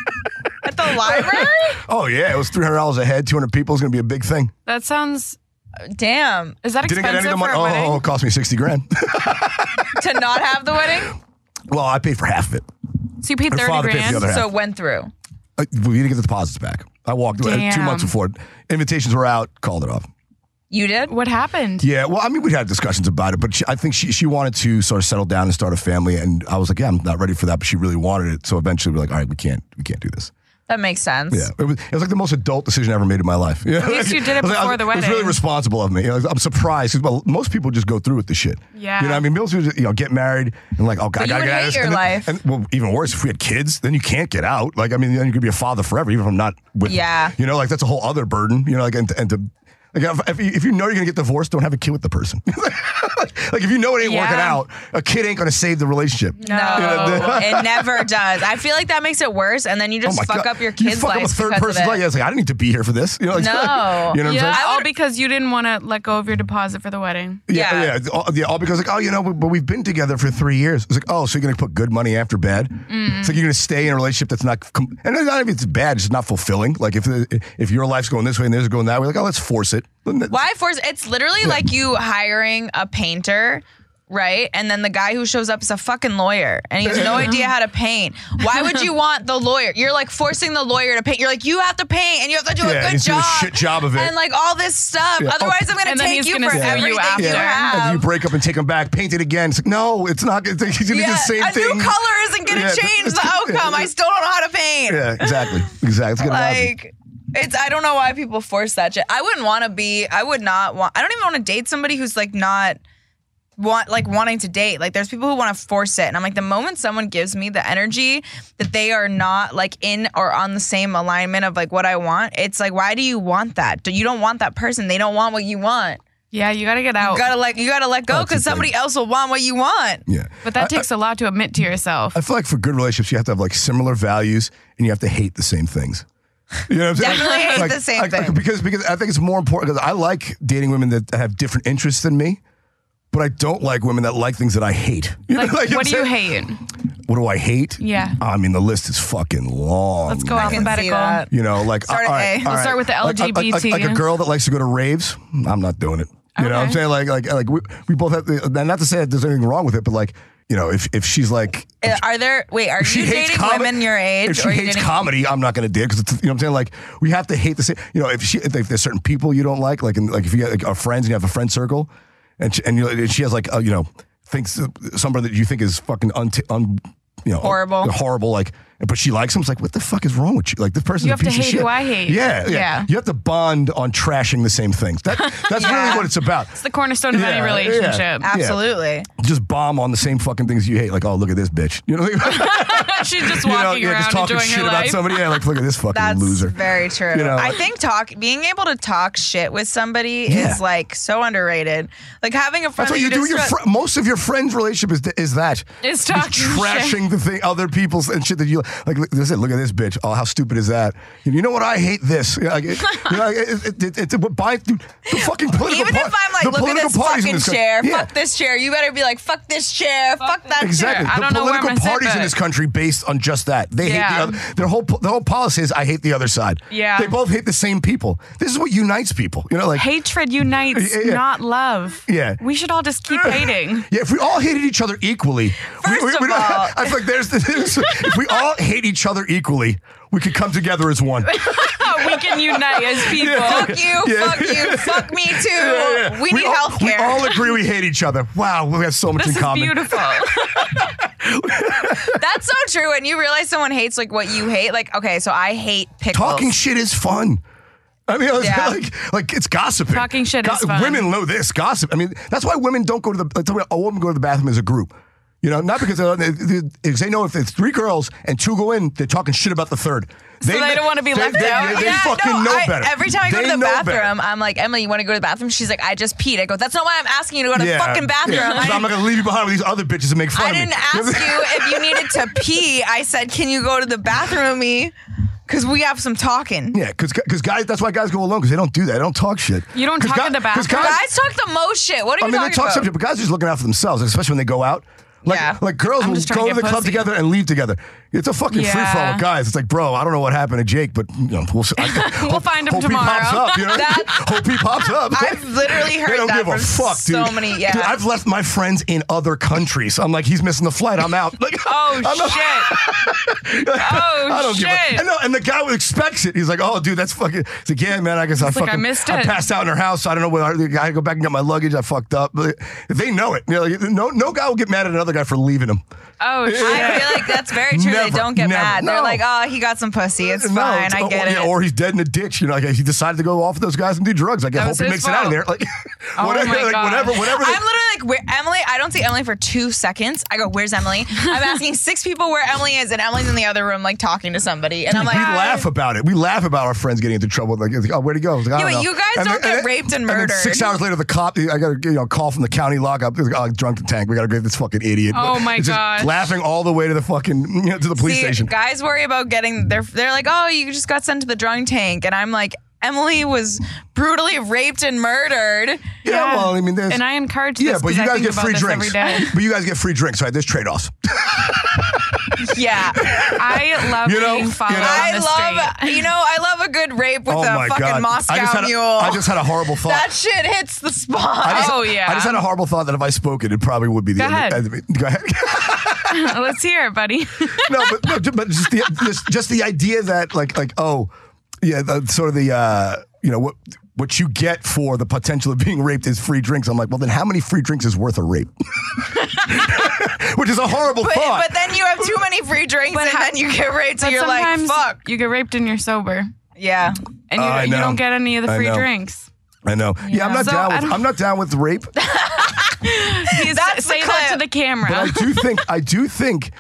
Speaker 3: At the library?
Speaker 4: oh yeah, it was three hundred dollars a head. Two hundred people is going to be a big thing.
Speaker 2: That sounds.
Speaker 3: Damn.
Speaker 2: Is that
Speaker 4: Didn't get any of
Speaker 2: expensive
Speaker 4: the
Speaker 2: for
Speaker 4: money.
Speaker 2: a wedding?
Speaker 4: Oh, it cost me sixty grand.
Speaker 3: To not have the wedding?
Speaker 4: well, I paid for half of it.
Speaker 2: So you paid
Speaker 4: Her
Speaker 2: thirty
Speaker 4: father paid for the
Speaker 2: grand.
Speaker 4: other half.
Speaker 3: So it went through.
Speaker 4: I, Uh, we need to get the deposits back. I walked away two
Speaker 2: Damn.
Speaker 4: months before invitations were out. Called it off.
Speaker 3: You did?
Speaker 2: What happened?
Speaker 4: Yeah, well, I mean, we'd had discussions about it, but she, I think she she wanted to sort of settle down and start a family, and I was like, yeah, I'm not ready for that, but she really wanted it. So eventually, we're like, all right, we can't we can't do this.
Speaker 3: That makes sense.
Speaker 4: Yeah, it was, it was like the most adult decision I ever made in my life. Yeah, at
Speaker 2: least you did it before the
Speaker 4: It was really
Speaker 2: wedding.
Speaker 4: responsible of me. You know, I'm surprised 'cause, well, most people just go through with the shit.
Speaker 2: Yeah.
Speaker 4: you know, what I mean, most people just, you know get married and like, oh
Speaker 3: But
Speaker 4: god, I
Speaker 3: you
Speaker 4: gotta
Speaker 3: would
Speaker 4: get out
Speaker 3: hate
Speaker 4: of this.
Speaker 3: your
Speaker 4: and then-
Speaker 3: life.
Speaker 4: and well, even worse, if we had kids, then you can't get out. Like, I mean, then you could be a father forever, even if I'm not with.
Speaker 3: Yeah.
Speaker 4: you know, like that's a whole other burden. You know, like and, and to Like if, if, you, if you know you're gonna get divorced, don't have a kid with the person. like if you know it ain't working
Speaker 2: Yeah.
Speaker 4: out, a kid ain't gonna save the relationship.
Speaker 3: No, it never does. I feel like that makes it worse, and then you
Speaker 4: Oh
Speaker 3: just
Speaker 4: my
Speaker 3: fuck
Speaker 4: God.
Speaker 3: up your
Speaker 4: You
Speaker 3: kids'
Speaker 4: fuck up a
Speaker 3: lives
Speaker 4: third
Speaker 3: because of
Speaker 4: person's
Speaker 3: it.
Speaker 4: life. Yeah, it's like I didn't need to be here for this. You know, like,
Speaker 3: No.
Speaker 4: you know what I'm saying?
Speaker 2: Yeah, all because you didn't want to let go of your deposit for the wedding.
Speaker 4: Yeah,
Speaker 3: Yeah.
Speaker 4: yeah, all, yeah, all because like, oh, you know, but, but we've been together for three years. It's like, oh, so you're gonna put good money after bad?
Speaker 3: Mm.
Speaker 4: It's like you're gonna stay in a relationship that's not, com- and it's not even it's bad, it's just not fulfilling. Like if if your life's going this way and theirs is going that way, like, oh, let's force it.
Speaker 3: Why force? It's literally like you hiring a painter. Right, and then the guy who shows up is a fucking lawyer, and he has no idea how to paint. Why would you want the lawyer? You're like forcing the lawyer to paint. You're like, you have to paint, and you have to do
Speaker 4: Yeah,
Speaker 3: a good
Speaker 4: he's doing a
Speaker 3: job,
Speaker 4: shit job of it.
Speaker 3: and like all this stuff.
Speaker 4: Yeah.
Speaker 3: Otherwise, I'm gonna
Speaker 2: And then
Speaker 3: take
Speaker 2: he's
Speaker 3: you
Speaker 2: gonna
Speaker 3: for
Speaker 2: sue you
Speaker 3: everything you,
Speaker 2: after.
Speaker 3: have.
Speaker 4: If you break up and take them back, paint it again. It's like, no, it's not. It's, it's gonna be the same
Speaker 3: a
Speaker 4: thing.
Speaker 3: new color isn't going to
Speaker 4: Yeah.
Speaker 3: change the outcome. I still don't know how to paint.
Speaker 4: Yeah, exactly, exactly. It's gonna happen.
Speaker 3: Like, it's I don't know why people force that shit. I wouldn't want to be. I would not want. I don't even want to date somebody who's like not want like wanting to date. Like, there's people who want to force it, and I'm like, the moment someone gives me the energy that they are not like in or on the same alignment of like what I want, it's like, why do you want that? Do you don't want that person? They don't want what you want.
Speaker 2: Yeah, you got to get out.
Speaker 3: You gotta like you gotta let go
Speaker 4: That's the
Speaker 3: because somebody else will want what you want.
Speaker 4: yeah.
Speaker 2: but that takes a lot to admit to yourself.
Speaker 4: I feel like for good relationships, you have to have like similar values and you have to hate the same things. You know what I'm saying?
Speaker 3: Definitely hate the same thing.
Speaker 4: Because, because I think it's more important because I like dating women that have different interests than me, but I don't like women that like things that I hate. You know,
Speaker 2: Like,
Speaker 4: like
Speaker 2: what
Speaker 4: I'm
Speaker 2: do you
Speaker 4: saying?
Speaker 2: hate?
Speaker 4: What do I hate?
Speaker 2: Yeah.
Speaker 4: I mean, the list is fucking long.
Speaker 2: Let's go
Speaker 4: man.
Speaker 3: I can see
Speaker 2: alphabetical.
Speaker 3: that.
Speaker 4: You know, like
Speaker 3: Start at
Speaker 4: all
Speaker 3: A.
Speaker 4: right, all
Speaker 3: We'll
Speaker 4: right.
Speaker 2: start with the
Speaker 4: Like, like- like-
Speaker 2: LGBT.
Speaker 4: Like, a girl that likes to go to raves, I'm not doing it. You know what I'm
Speaker 2: Okay.
Speaker 4: saying? Like, like, like we, we both have. The, not to say that there's anything wrong with it, but like, you know, if if she's like,
Speaker 3: Uh, Are there wait? Are
Speaker 4: if she
Speaker 3: you
Speaker 4: hates
Speaker 3: dating
Speaker 4: comedy,
Speaker 3: women your age?
Speaker 4: If she
Speaker 3: or are you
Speaker 4: hates
Speaker 3: dating-
Speaker 4: comedy, I'm not going to date because you know what I'm saying. Like we have to hate the same. You know, if she if there's certain people you don't like, like in, like if you got like, are friends and you have a friend circle, and she, and, you, and she has like uh, you know thinks somebody that you think is fucking un, un you know uh,
Speaker 3: Horrible.
Speaker 4: horrible like. But she likes him. It's like, what the fuck is wrong with you? Like, this person's
Speaker 2: You
Speaker 4: a
Speaker 2: have to
Speaker 4: piece of
Speaker 2: hate
Speaker 4: shit.
Speaker 2: who I hate.
Speaker 4: Yeah, yeah,
Speaker 2: Yeah.
Speaker 4: You have to bond on trashing the same things. That that's really what it's about.
Speaker 2: It's the cornerstone of any
Speaker 4: Yeah, yeah.
Speaker 2: relationship.
Speaker 3: Absolutely.
Speaker 4: Just bomb on the same fucking things you hate. Like, oh, look at this bitch. You know,
Speaker 2: She's just
Speaker 4: you know,
Speaker 2: walking
Speaker 4: yeah,
Speaker 2: around
Speaker 4: just talking
Speaker 2: enjoying
Speaker 4: shit
Speaker 2: her
Speaker 4: about
Speaker 2: life.
Speaker 4: somebody. Yeah, like look at this fucking
Speaker 3: That's
Speaker 4: loser.
Speaker 3: very true.
Speaker 4: You know,
Speaker 3: I
Speaker 4: like-
Speaker 3: think talk being able to talk shit with somebody
Speaker 4: Yeah.
Speaker 3: is like so underrated. Like having a friend
Speaker 4: That's what
Speaker 3: that
Speaker 4: you do. with Your
Speaker 3: just
Speaker 4: fr- most of your friends' relationship is is that
Speaker 2: Is talking shit.
Speaker 4: trashing the thing, other people's and shit that you like. Look, listen, look at this bitch. Oh, how stupid is that? You know what? I hate this. Yeah, Like, it- you know, like, it, it, it, it's what by dude, the fucking political.
Speaker 3: even if
Speaker 4: par-
Speaker 3: I'm like,
Speaker 4: the
Speaker 3: look at
Speaker 4: political
Speaker 3: this
Speaker 4: parties in
Speaker 3: fucking
Speaker 4: country-
Speaker 3: chair,
Speaker 4: Yeah.
Speaker 3: fuck this chair. You better be like, fuck this chair, fuck, that
Speaker 4: Exactly.
Speaker 2: I
Speaker 4: The
Speaker 2: don't know where
Speaker 4: political
Speaker 2: I'm gonna sit,
Speaker 4: parties in
Speaker 2: but-
Speaker 4: this country based on just that. They hate the
Speaker 2: Yeah.
Speaker 4: other. Their whole po- their whole policy is I hate the other side.
Speaker 2: Yeah.
Speaker 4: They both hate the same people. This is what unites people. You know, like
Speaker 2: Hatred unites,
Speaker 4: Yeah, yeah.
Speaker 2: not love.
Speaker 4: Yeah.
Speaker 2: We should all just keep hating.
Speaker 4: Yeah, if we all hated each other equally, we,
Speaker 3: First
Speaker 4: we,
Speaker 3: of
Speaker 4: we don't-
Speaker 3: all-
Speaker 4: I feel like there's, there's if we all hate each other equally, we could come together as one.
Speaker 2: we can unite as people.
Speaker 3: chair. Fuck you,
Speaker 4: Yeah.
Speaker 3: fuck you, fuck me too.
Speaker 4: Yeah, yeah.
Speaker 3: We need
Speaker 4: all,
Speaker 3: health
Speaker 4: We all
Speaker 3: care.
Speaker 4: agree we hate each other. Wow, we have so much
Speaker 2: This
Speaker 4: in
Speaker 2: is
Speaker 4: common.
Speaker 2: beautiful.
Speaker 3: That's so true. When you realize someone hates like what you hate, like okay, so I hate pickles.
Speaker 4: Talking shit is fun. I mean, it's
Speaker 3: Yeah.
Speaker 4: like, like it's gossiping.
Speaker 2: Talking shit is fun.
Speaker 4: Women know this gossip. I mean, that's why women don't go to the. Like, tell me, a woman go to the bathroom as a group. You know, not because uh, they- they, they, they know if it's three girls and two go in, they're talking shit about the third. They,
Speaker 2: they don't wanna be left
Speaker 4: they,
Speaker 2: out?
Speaker 4: They, they fucking know
Speaker 3: I-
Speaker 4: better.
Speaker 3: Every time I go
Speaker 4: They
Speaker 3: to the
Speaker 4: know better.
Speaker 3: bathroom, I'm like, Emily, you want to go to the bathroom? She's like, I just peed. I go, that's not why I'm asking you to go to the fucking bathroom.
Speaker 4: yeah. 'Cause
Speaker 3: I,
Speaker 4: I'm not gonna leave you behind with these other bitches and make fun
Speaker 3: I
Speaker 4: of me.
Speaker 3: didn't ask you if you needed to pee. I said, can you go to the bathroom with me? Because we have some talking.
Speaker 4: Yeah, because guys, that's why guys go alone because they don't do that. They don't talk shit.
Speaker 2: You don't
Speaker 4: 'Cause
Speaker 2: talk
Speaker 4: guy-
Speaker 2: in the
Speaker 4: 'cause
Speaker 2: bathroom?
Speaker 3: Guys talk the most shit. What are
Speaker 4: I
Speaker 3: you
Speaker 4: mean, they
Speaker 3: talking
Speaker 4: talk
Speaker 3: about?
Speaker 4: some shit, but guys are just looking out for themselves, especially when they go out. Like,
Speaker 3: Yeah.
Speaker 4: like girls
Speaker 2: I'm
Speaker 4: will
Speaker 2: just trying to
Speaker 4: go to
Speaker 2: get
Speaker 4: the club
Speaker 2: pussy.
Speaker 4: together and leave together. It's a fucking free for all
Speaker 2: Yeah.
Speaker 4: with guys. It's like, bro, I don't know what happened to Jake, but you know, we'll, s- I,
Speaker 2: We'll
Speaker 4: hope-
Speaker 2: find him
Speaker 4: hope He pops
Speaker 2: tomorrow.
Speaker 4: up, you know?
Speaker 3: That-
Speaker 4: hope he pops up.
Speaker 3: I've literally heard
Speaker 4: they don't
Speaker 3: that
Speaker 4: give a
Speaker 3: from
Speaker 4: fuck, dude.
Speaker 3: so many- yeah.
Speaker 4: Dude, I've left my friends in other countries. I'm like, he's missing the flight. I'm out. Like,
Speaker 2: Oh,
Speaker 4: I'm not-
Speaker 2: shit. Oh,
Speaker 4: I don't
Speaker 2: shit.
Speaker 4: give a, and, no, and the guy who expects it. He's like, oh, dude, that's fucking. He's like, yeah, man, I guess I
Speaker 2: like,
Speaker 4: fucking.
Speaker 2: I missed
Speaker 4: I
Speaker 2: it.
Speaker 4: passed out in her house. So I don't know whether I, I gotta go back and get my luggage. I fucked up. But they know it. You know, like, no, no guy will get mad at another other guy for leaving him.
Speaker 2: Oh, shit.
Speaker 3: I feel like that's very true.
Speaker 4: Never,
Speaker 3: they don't get
Speaker 4: never,
Speaker 3: mad.
Speaker 4: no.
Speaker 3: They're like, oh, he got some pussy. It's
Speaker 4: No,
Speaker 3: fine.
Speaker 4: it's-
Speaker 3: I get
Speaker 4: or,
Speaker 3: it.
Speaker 4: yeah, or he's dead in a ditch. You know, like, he decided to go off with those guys and do drugs. I guess
Speaker 2: That
Speaker 4: hope
Speaker 2: was
Speaker 4: he
Speaker 2: his
Speaker 4: makes it out
Speaker 2: fault.
Speaker 4: of there. Like,
Speaker 2: Oh
Speaker 4: whatever,
Speaker 2: my
Speaker 4: like,
Speaker 2: God.
Speaker 4: whatever, whatever.
Speaker 3: I'm literally like, where Emily? I don't see Emily for two seconds. I go, where's Emily? I'm asking six people where Emily is, and Emily's in the other room, like talking to somebody. And I'm like,
Speaker 4: we laugh about it. We laugh about our friends getting into trouble. Like, it's like, oh, where'd he go? It's Like,
Speaker 3: Yeah,
Speaker 4: I don't
Speaker 3: but
Speaker 4: know.
Speaker 3: you guys
Speaker 4: And
Speaker 3: don't
Speaker 4: then-
Speaker 3: get
Speaker 4: then-
Speaker 3: raped and
Speaker 4: then six
Speaker 3: murdered.
Speaker 4: hours later, the cop. I got a you know, call from the county lockup. It's like, oh, drunk the tank. We got to get this fucking idiot.
Speaker 2: Oh, my
Speaker 4: It's just
Speaker 2: gosh.
Speaker 4: Laughing all the way to the fucking you know, to the police
Speaker 3: See,
Speaker 4: station.
Speaker 3: guys worry about getting. They're they're like, oh, you just got sent to the drunk tank, and I'm like, Emily was brutally raped and murdered.
Speaker 4: yeah, well, I mean, there's.
Speaker 2: And I encourage this.
Speaker 4: yeah, but
Speaker 2: 'cause
Speaker 4: you
Speaker 2: I
Speaker 4: guys
Speaker 2: think
Speaker 4: get
Speaker 2: about
Speaker 4: free
Speaker 2: this
Speaker 4: drinks.
Speaker 2: every day.
Speaker 4: But you guys get free drinks, right? There's trade offs.
Speaker 3: Yeah,
Speaker 2: I love
Speaker 4: You know,
Speaker 2: being followed
Speaker 4: you know.
Speaker 2: on
Speaker 3: I
Speaker 2: the
Speaker 3: love
Speaker 2: street.
Speaker 3: you know I love a good rape with
Speaker 4: oh
Speaker 3: a
Speaker 4: my
Speaker 3: fucking
Speaker 4: god!
Speaker 3: Moscow
Speaker 4: I just had a-
Speaker 3: mule.
Speaker 4: I just had a horrible thought.
Speaker 3: that shit hits the spot.
Speaker 4: I just-
Speaker 2: Oh, yeah.
Speaker 4: I just had a horrible thought that if I spoke it, it probably would be the
Speaker 2: Go
Speaker 4: end.
Speaker 2: ahead.
Speaker 4: Of, go ahead.
Speaker 2: Let's hear it, buddy.
Speaker 4: no, but no, ju- but just the just, just the idea that like like oh yeah, the, sort of the uh, you know what what you get for the potential of being raped is free drinks. I'm like, well, then how many free drinks is worth a rape? Which is a horrible
Speaker 3: But,
Speaker 4: thought.
Speaker 3: but then you have too many free drinks and then you get raped so
Speaker 2: But
Speaker 3: you're like,
Speaker 2: sometimes
Speaker 3: fuck.
Speaker 2: you get raped and you're sober,
Speaker 3: Yeah.
Speaker 2: and you,
Speaker 4: Uh, I
Speaker 2: you
Speaker 4: know.
Speaker 2: don't get any of the
Speaker 4: I
Speaker 2: free
Speaker 4: know.
Speaker 2: drinks.
Speaker 4: I know. Yeah, I'm not
Speaker 2: So, I
Speaker 4: down with
Speaker 2: don't-
Speaker 4: I'm not down with rape.
Speaker 2: He's
Speaker 3: That's
Speaker 2: say
Speaker 3: the
Speaker 2: that to
Speaker 3: clip.
Speaker 2: the camera.
Speaker 4: But I do think I do think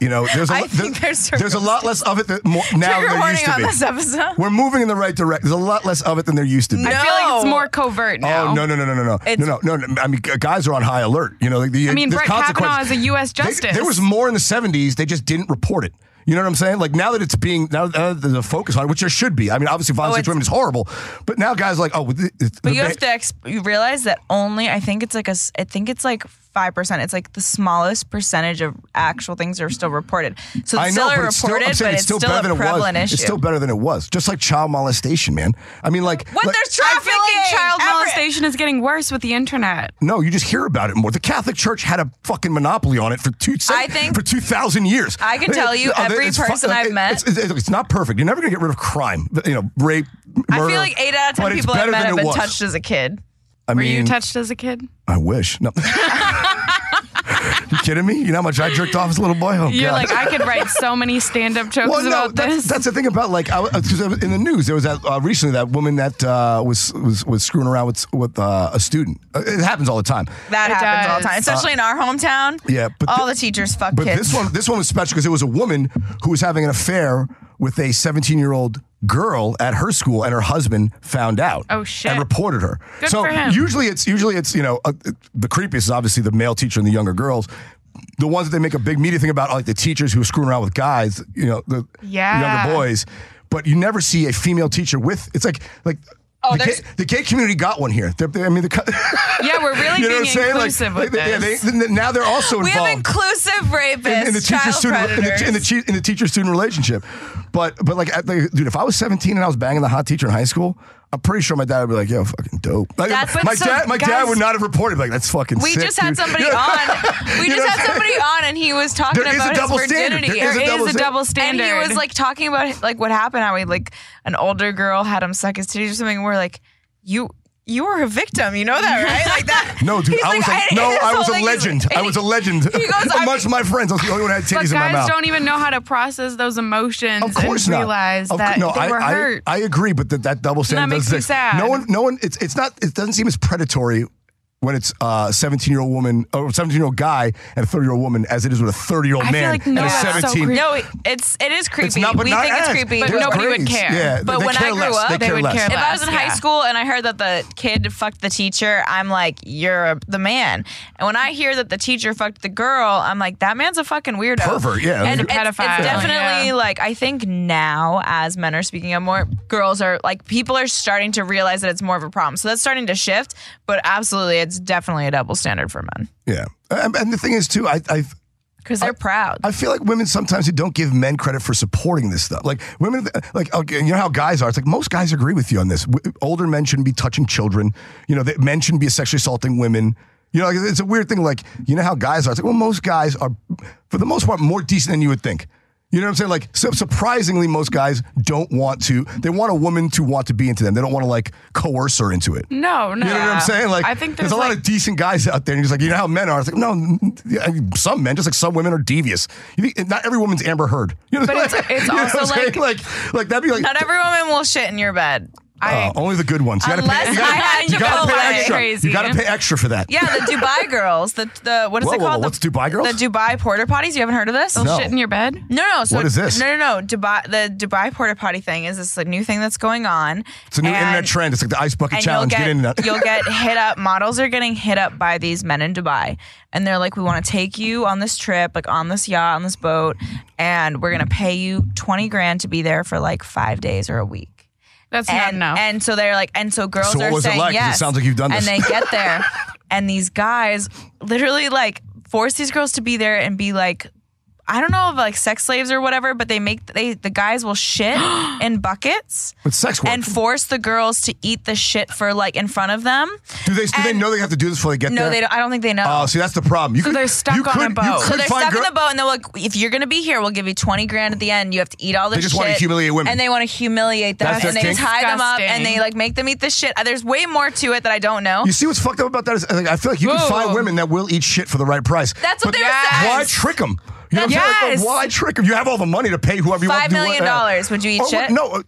Speaker 4: you know there's a
Speaker 3: I
Speaker 4: lo-
Speaker 3: think
Speaker 4: there's,
Speaker 3: there's
Speaker 4: a lot less of it that more, now than
Speaker 3: Trigger
Speaker 4: there
Speaker 3: warning
Speaker 4: used to
Speaker 3: on
Speaker 4: be.
Speaker 3: this episode.
Speaker 4: We're moving in the right direction. There's a lot less of it than there used to be.
Speaker 2: I feel like it's
Speaker 3: No.
Speaker 2: more covert now.
Speaker 4: Oh no no no no no no no no no! I mean, g- guys are on high alert. You know, like the,
Speaker 2: I mean,
Speaker 4: there's
Speaker 2: Brett Kavanaugh
Speaker 4: consequences.
Speaker 2: is a U.S.
Speaker 4: They-
Speaker 2: justice.
Speaker 4: there was more in the '70s. They just didn't report it. You know what I'm saying? Like now that it's being now that uh, there's a focus on it, which there should be. I mean, obviously violence
Speaker 3: Oh,
Speaker 4: against women is horrible, but now guys are like, oh, it, it,
Speaker 3: But you have to ex- you realize that only I think it's like a s- I think it's like five percent. It's like the smallest percentage of actual things are still reported. So
Speaker 4: I
Speaker 3: it's still
Speaker 4: know,
Speaker 3: are
Speaker 4: but
Speaker 3: reported,
Speaker 4: it's still, I'm saying
Speaker 3: but
Speaker 4: it's still
Speaker 3: a
Speaker 4: better than it was.
Speaker 3: prevalent issue.
Speaker 4: It's still better than it was. Just like child molestation, man. I mean, like
Speaker 3: when
Speaker 4: like-
Speaker 3: there's
Speaker 2: I feel
Speaker 3: trafficking,
Speaker 2: like child
Speaker 3: every-
Speaker 2: molestation is getting worse with the internet.
Speaker 4: No, you just hear about it more. The Catholic Church had a fucking monopoly on it for two
Speaker 3: I think-
Speaker 4: for two thousand years.
Speaker 3: I can tell you,
Speaker 4: Uh,
Speaker 3: every
Speaker 4: fu-
Speaker 3: person I've
Speaker 4: it-
Speaker 3: met-
Speaker 4: it's, it's, it's not perfect. You're never gonna get rid of crime. You know, rape.
Speaker 3: I
Speaker 4: Murder,
Speaker 3: feel like eight out of
Speaker 4: but
Speaker 3: ten
Speaker 4: it's
Speaker 3: people I've
Speaker 4: better
Speaker 3: met
Speaker 4: than
Speaker 3: have
Speaker 4: it
Speaker 3: been
Speaker 4: was.
Speaker 3: touched as a kid.
Speaker 4: I
Speaker 2: Were
Speaker 4: mean,
Speaker 2: you touched as a kid?
Speaker 4: I wish. No. you kidding me? You know how much I jerked off as a little boy? Oh,
Speaker 2: You're
Speaker 4: God.
Speaker 2: like, I could write so many stand-up jokes
Speaker 4: Well, no,
Speaker 2: about
Speaker 4: that's,
Speaker 2: this.
Speaker 4: that's the thing about like I, was- 'cause I was in the news. There was that uh, recently that woman that uh, was was was screwing around with with uh, a student. Uh, It happens all the time.
Speaker 3: That
Speaker 2: It
Speaker 3: happens all the
Speaker 2: does.
Speaker 3: time, especially in our hometown.
Speaker 4: yeah, but
Speaker 3: all
Speaker 4: thi-
Speaker 3: the teachers fuck
Speaker 4: But
Speaker 3: kids.
Speaker 4: this one, this one was special because it was a woman who was having an affair with a 17 year old girl at her school, and her husband found out.
Speaker 2: Oh, shit.
Speaker 4: And reported her.
Speaker 2: Good
Speaker 4: so
Speaker 2: for him.
Speaker 4: usually it's usually it's you know uh, the creepiest is obviously the male teacher and the younger girls. The ones that they make a big media thing about are like the teachers who are screwing around with guys, you know, the
Speaker 2: Yeah.
Speaker 4: younger boys. But you never see a female teacher with. It's like like.
Speaker 3: Oh,
Speaker 4: the, gay,
Speaker 3: there's-
Speaker 4: the gay community got one here. They're- they- I mean, the, co-
Speaker 2: yeah, we're really
Speaker 4: you
Speaker 2: being
Speaker 4: know what I'm saying? Like,
Speaker 2: inclusive
Speaker 4: like,
Speaker 2: with
Speaker 4: yeah,
Speaker 2: this.
Speaker 4: they- now they're also
Speaker 3: we
Speaker 4: involved
Speaker 3: have inclusive rapists,
Speaker 4: in, in the teacher
Speaker 3: child
Speaker 4: student in
Speaker 3: predators.
Speaker 4: the, in, the, chea- in the teacher student relationship. But but like, at the- dude, if I was 17 and I was banging the hot teacher in high school, I'm pretty sure my dad would be like, "Yo, fucking dope." Like,
Speaker 3: That's-
Speaker 4: my
Speaker 3: but so,
Speaker 4: dad, my dad
Speaker 3: guys-
Speaker 4: would not have reported. Like, that's fucking.
Speaker 3: we
Speaker 4: sick,
Speaker 3: just had
Speaker 4: dude."
Speaker 3: somebody
Speaker 4: You know?
Speaker 3: on. We
Speaker 4: You know
Speaker 3: just
Speaker 4: what I'm
Speaker 3: had somebody
Speaker 4: saying?
Speaker 3: on, and he was talking
Speaker 4: There is a
Speaker 3: about his
Speaker 4: double standard.
Speaker 3: virginity.
Speaker 4: There is a
Speaker 2: There
Speaker 4: double
Speaker 2: is a
Speaker 4: sta-
Speaker 2: double standard.
Speaker 3: And he was like talking about like what happened, how he like an older girl had him suck his titties or something. And we're like, you you were a victim, you know that, right? Like that.
Speaker 4: No, dude,
Speaker 3: He's
Speaker 4: I
Speaker 3: like,
Speaker 4: was
Speaker 3: and-
Speaker 4: a, no,
Speaker 3: and this
Speaker 4: I was
Speaker 3: whole
Speaker 4: a
Speaker 3: thing is-
Speaker 4: legend. I
Speaker 3: and
Speaker 4: was a legend.
Speaker 3: He goes, I
Speaker 4: Amongst my friends, I was the only one who had
Speaker 2: but
Speaker 4: titties in my
Speaker 2: guys
Speaker 4: mouth.
Speaker 2: don't even know how to process those emotions
Speaker 4: Of course
Speaker 2: and
Speaker 4: not.
Speaker 2: realize
Speaker 4: Of cou-
Speaker 2: that
Speaker 4: no,
Speaker 2: they
Speaker 4: I,
Speaker 2: were
Speaker 4: I-
Speaker 2: hurt.
Speaker 4: I, agree, but that that double standard
Speaker 2: that makes
Speaker 4: does
Speaker 2: me
Speaker 4: exist.
Speaker 2: sad.
Speaker 4: No one, no one. It's it's not. It doesn't seem as predatory when it's a seventeen-year-old woman or seventeen-year-old guy and a thirty-year-old woman as it is with a thirty-year-old
Speaker 2: I feel
Speaker 4: man
Speaker 2: like
Speaker 4: and a
Speaker 2: no, that's so
Speaker 4: seventeen.
Speaker 2: creepy.
Speaker 3: No, it's it is creepy.
Speaker 4: it's not, but
Speaker 3: we
Speaker 4: not
Speaker 3: think it's
Speaker 4: as.
Speaker 3: creepy.
Speaker 2: But
Speaker 4: There's
Speaker 2: nobody would
Speaker 4: grades.
Speaker 2: care.
Speaker 4: Yeah,
Speaker 3: But
Speaker 4: they
Speaker 3: when
Speaker 4: care
Speaker 3: I grew
Speaker 4: less.
Speaker 3: up,
Speaker 4: they,
Speaker 2: they
Speaker 4: care
Speaker 2: would
Speaker 4: less.
Speaker 2: care
Speaker 3: If I was in high
Speaker 2: Yeah.
Speaker 3: school and I heard that the kid fucked the teacher, I'm like, you're a- the man. And when I hear that the teacher fucked the girl, I'm like, that man's a fucking weirdo.
Speaker 4: Pervert, yeah.
Speaker 3: And
Speaker 4: He's
Speaker 3: it's,
Speaker 4: a
Speaker 3: it's
Speaker 2: pedophile,
Speaker 3: definitely
Speaker 2: yeah.
Speaker 3: like, I think now as men are speaking up more, girls are like, people are starting to realize that it's more of a problem. So that's starting to shift, but absolutely, it's definitely a double standard for men
Speaker 4: Yeah, and, and the thing is too, I, I
Speaker 3: because they're proud.
Speaker 4: I feel like women sometimes who don't give men credit for supporting this stuff. Like women, like okay, you know how guys are. It's like most guys agree with you on this. W- older men shouldn't be touching children. You know, that men shouldn't be sexually assaulting women. You know, like, it's a weird thing. Like you know how guys are. It's like well, most guys are, for the most part, more decent than you would think. You know what I'm saying? Like, so surprisingly, most guys don't want to. They want a woman to want to be into them. They don't want to like coerce her into it.
Speaker 2: No, no.
Speaker 4: You know what I'm saying? Like,
Speaker 2: I think
Speaker 4: there's,
Speaker 2: there's,
Speaker 4: a lot
Speaker 2: like-
Speaker 4: of decent guys out there, and he's like, you know how men are. It's like, no, n- n- some men, just like some women, are devious. You think, not every woman's Amber Heard. You know,
Speaker 2: But it's-
Speaker 4: like-
Speaker 2: it's
Speaker 4: you know what
Speaker 2: also
Speaker 4: I'm saying? like, like that'd be like
Speaker 3: Not every woman will shit in your bed.
Speaker 4: uh, only the good ones. You gotta pay,
Speaker 3: Unless
Speaker 4: you gotta,
Speaker 3: I had to
Speaker 4: you gotta
Speaker 3: go
Speaker 4: pay
Speaker 3: like
Speaker 4: extra.
Speaker 2: crazy.
Speaker 4: You gotta pay extra for that.
Speaker 3: Yeah, the Dubai girls. The the what is
Speaker 4: Whoa,
Speaker 3: it
Speaker 4: whoa,
Speaker 3: called?
Speaker 4: whoa, what's Dubai girls?
Speaker 3: The Dubai porta potties. You haven't heard of this?
Speaker 4: No.
Speaker 2: shit in your bed.
Speaker 3: No, no. So
Speaker 4: What is this?
Speaker 3: No, no, no. Dubai, the Dubai porta potty thing is this like, new thing that's going on.
Speaker 4: It's a new
Speaker 3: And-
Speaker 4: internet trend. It's like the ice bucket
Speaker 3: And
Speaker 4: challenge.
Speaker 3: you'll
Speaker 4: get,
Speaker 3: get,
Speaker 4: in and out.
Speaker 3: you'll get hit up. Models are getting hit up by these men in Dubai, and they're like, "We want to take you on this trip, like on this yacht, on this boat, and we're gonna pay you twenty grand to be there for like five days or a week."
Speaker 2: That's
Speaker 3: and,
Speaker 2: not enough.
Speaker 3: And so they're like, and so girls
Speaker 4: So what
Speaker 3: are
Speaker 4: was it
Speaker 3: saying
Speaker 4: like? 'Cause it
Speaker 3: yes.
Speaker 4: sounds like you've done this.
Speaker 3: And they get there, and these guys literally like force these girls to be there and be like, I don't know if like sex slaves or whatever, but they make they the guys will shit in buckets
Speaker 4: With sex work.
Speaker 3: and force the girls to eat the shit for like in front of them.
Speaker 4: do they, do they
Speaker 3: and-
Speaker 4: know they have to do this before they get
Speaker 3: No,
Speaker 4: there?
Speaker 3: they don't, I don't think they know.
Speaker 4: Oh, see, that's the problem. You so could,
Speaker 2: they're stuck
Speaker 4: you
Speaker 2: on a
Speaker 4: could, You
Speaker 2: boat.
Speaker 4: could
Speaker 2: So
Speaker 3: so they're
Speaker 4: find
Speaker 3: stuck
Speaker 4: girl-
Speaker 3: in the boat, and they're like, "If you're gonna be here, we'll give you twenty grand at the end. You have to eat all this."
Speaker 4: They just
Speaker 3: shit.
Speaker 4: wanna humiliate women.
Speaker 3: and they want to humiliate them,
Speaker 4: That's their
Speaker 3: and they
Speaker 4: kink?
Speaker 3: tie them up, and
Speaker 2: Disgusting.
Speaker 3: they like make them eat this shit. Uh, There's way more to it that I don't know.
Speaker 4: You see what's fucked up about that is like, I feel like you can
Speaker 2: Whoa.
Speaker 4: find women that will eat shit for the right price.
Speaker 3: That's what
Speaker 4: But
Speaker 3: they were saying.
Speaker 4: Why trick them? You know what I'm
Speaker 3: That's-
Speaker 4: saying? Like,
Speaker 3: Yes.
Speaker 4: why trick them? You have all the money to pay whoever you want
Speaker 3: Five
Speaker 4: to do
Speaker 3: million
Speaker 4: what- uh,
Speaker 3: dollars. Would you eat
Speaker 4: or what-
Speaker 3: shit?
Speaker 4: No, uh,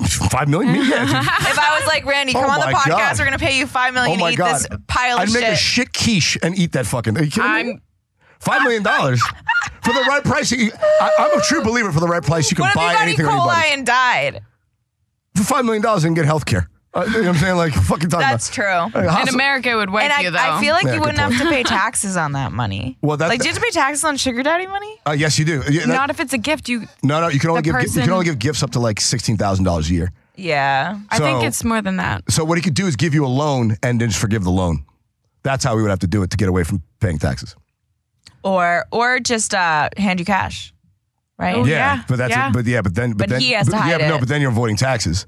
Speaker 4: uh, five million? Me? Yeah.
Speaker 3: If I was like Randy,
Speaker 4: Oh
Speaker 3: come on the
Speaker 4: my
Speaker 3: podcast.
Speaker 4: God.
Speaker 3: We're gonna pay you five million
Speaker 4: oh my
Speaker 3: to eat
Speaker 4: god!
Speaker 3: this pile
Speaker 4: I'd
Speaker 3: of
Speaker 4: make
Speaker 3: shit.
Speaker 4: a shit quiche and eat that fucking. Are you kidding me?
Speaker 2: I'm-
Speaker 4: Five million dollars for the right price. you- I, I'm a true believer. For the right price, you can
Speaker 3: what if you
Speaker 4: buy
Speaker 3: got E.
Speaker 4: anything or anybody.
Speaker 3: coli and died?
Speaker 4: for five million dollars and get health care. Uh, you know what I'm saying? Like fucking talking
Speaker 3: That's
Speaker 4: about. Uh,
Speaker 3: true. And
Speaker 4: Hey,
Speaker 2: In
Speaker 4: hospi-
Speaker 2: America, it would wake
Speaker 3: I,
Speaker 2: you though.
Speaker 3: I feel like
Speaker 4: Yeah,
Speaker 3: you
Speaker 4: good
Speaker 3: wouldn't have
Speaker 4: point.
Speaker 3: to pay taxes on that money.
Speaker 4: Well, that-
Speaker 3: like, do you have to pay taxes on sugar daddy money?
Speaker 4: Uh, yes, you do. Yeah, that-
Speaker 2: not if it's a gift. You,
Speaker 4: no, no, you can
Speaker 2: the
Speaker 4: only give you can
Speaker 2: person-
Speaker 4: only give gifts up to like sixteen thousand dollars a year.
Speaker 3: Yeah.
Speaker 2: I think
Speaker 4: So-
Speaker 2: it's more than that.
Speaker 4: So what he could do is give you a loan and then just forgive the loan. That's how we would have to do it to get away from paying taxes.
Speaker 3: Or or just uh, hand you cash, right?
Speaker 2: Oh, Yeah,
Speaker 4: but that's
Speaker 2: yeah.
Speaker 4: but yeah, but then but,
Speaker 3: But
Speaker 4: then
Speaker 3: he has to
Speaker 4: but- yeah,
Speaker 3: hide
Speaker 4: but no,
Speaker 3: it.
Speaker 4: but then you're avoiding taxes.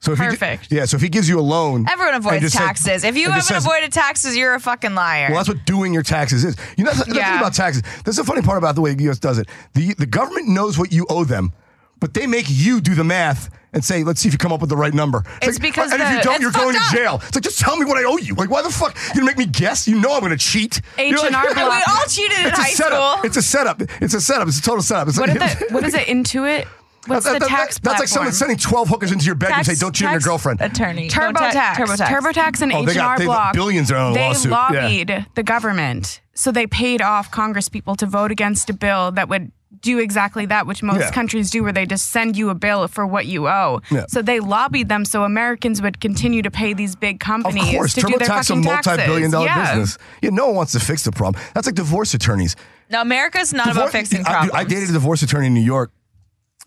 Speaker 4: So if He,
Speaker 2: Perfect.
Speaker 4: gi- yeah, so if he gives you a loan,
Speaker 3: Everyone
Speaker 4: and
Speaker 3: avoids
Speaker 4: just said-
Speaker 3: taxes. if you
Speaker 4: and
Speaker 3: haven't
Speaker 4: just says-
Speaker 3: avoided taxes, you're a fucking liar.
Speaker 4: Well, that's what doing your taxes is. You know, that's, the thing
Speaker 2: Yeah.
Speaker 4: about taxes. That's the funny part about the way the U.S. does it. The the government knows what you owe them, but they make you do the math and say, "Let's see if you come up with the right number." It's,
Speaker 2: It's because
Speaker 4: and if you
Speaker 2: the-
Speaker 4: don't,
Speaker 2: it's
Speaker 4: you're going
Speaker 2: fucked up.
Speaker 4: to jail. It's like, just tell me what I owe you. Like, why the fuck you gonna make me guess? You know I'm gonna cheat. You're like-
Speaker 2: H&R Block.
Speaker 3: we all cheated in
Speaker 4: It's a
Speaker 3: high
Speaker 4: setup.
Speaker 3: school.
Speaker 4: It's a setup. It's a setup. It's a total setup. It's
Speaker 2: What,
Speaker 4: like,
Speaker 2: if the, what is it? Intuit? What's
Speaker 4: That-
Speaker 2: the
Speaker 4: that-
Speaker 2: tax
Speaker 4: That's like someone
Speaker 2: platform?
Speaker 4: sending 12 hookers into your bed and
Speaker 3: Tax-
Speaker 4: say, don't cheat on your
Speaker 3: tax
Speaker 4: girlfriend.
Speaker 3: Attorney. No,
Speaker 2: TurboTax.
Speaker 3: ta-
Speaker 2: TurboTax. and
Speaker 4: Oh, they
Speaker 2: H&R
Speaker 4: got- they got
Speaker 2: Block.
Speaker 4: billions in their own
Speaker 2: They
Speaker 4: lawsuit. Yeah.
Speaker 2: lobbied the government. So they paid off Congress people to vote against a bill that would do exactly that, which most
Speaker 4: Yeah.
Speaker 2: countries do, where they just send you a bill for what you owe.
Speaker 4: Yeah.
Speaker 2: So they lobbied them so Americans would continue to pay these big
Speaker 4: Of
Speaker 2: companies
Speaker 4: course,
Speaker 2: to do their
Speaker 4: TurboTax a
Speaker 2: fucking taxes.
Speaker 4: multi-billion dollar
Speaker 2: yeah.
Speaker 4: business. Yeah, no one wants to fix the problem. That's like divorce attorneys.
Speaker 3: No, America's not about
Speaker 4: Divorce-
Speaker 3: fixing
Speaker 4: I,
Speaker 3: problems.
Speaker 4: dude, I dated a divorce attorney in New York,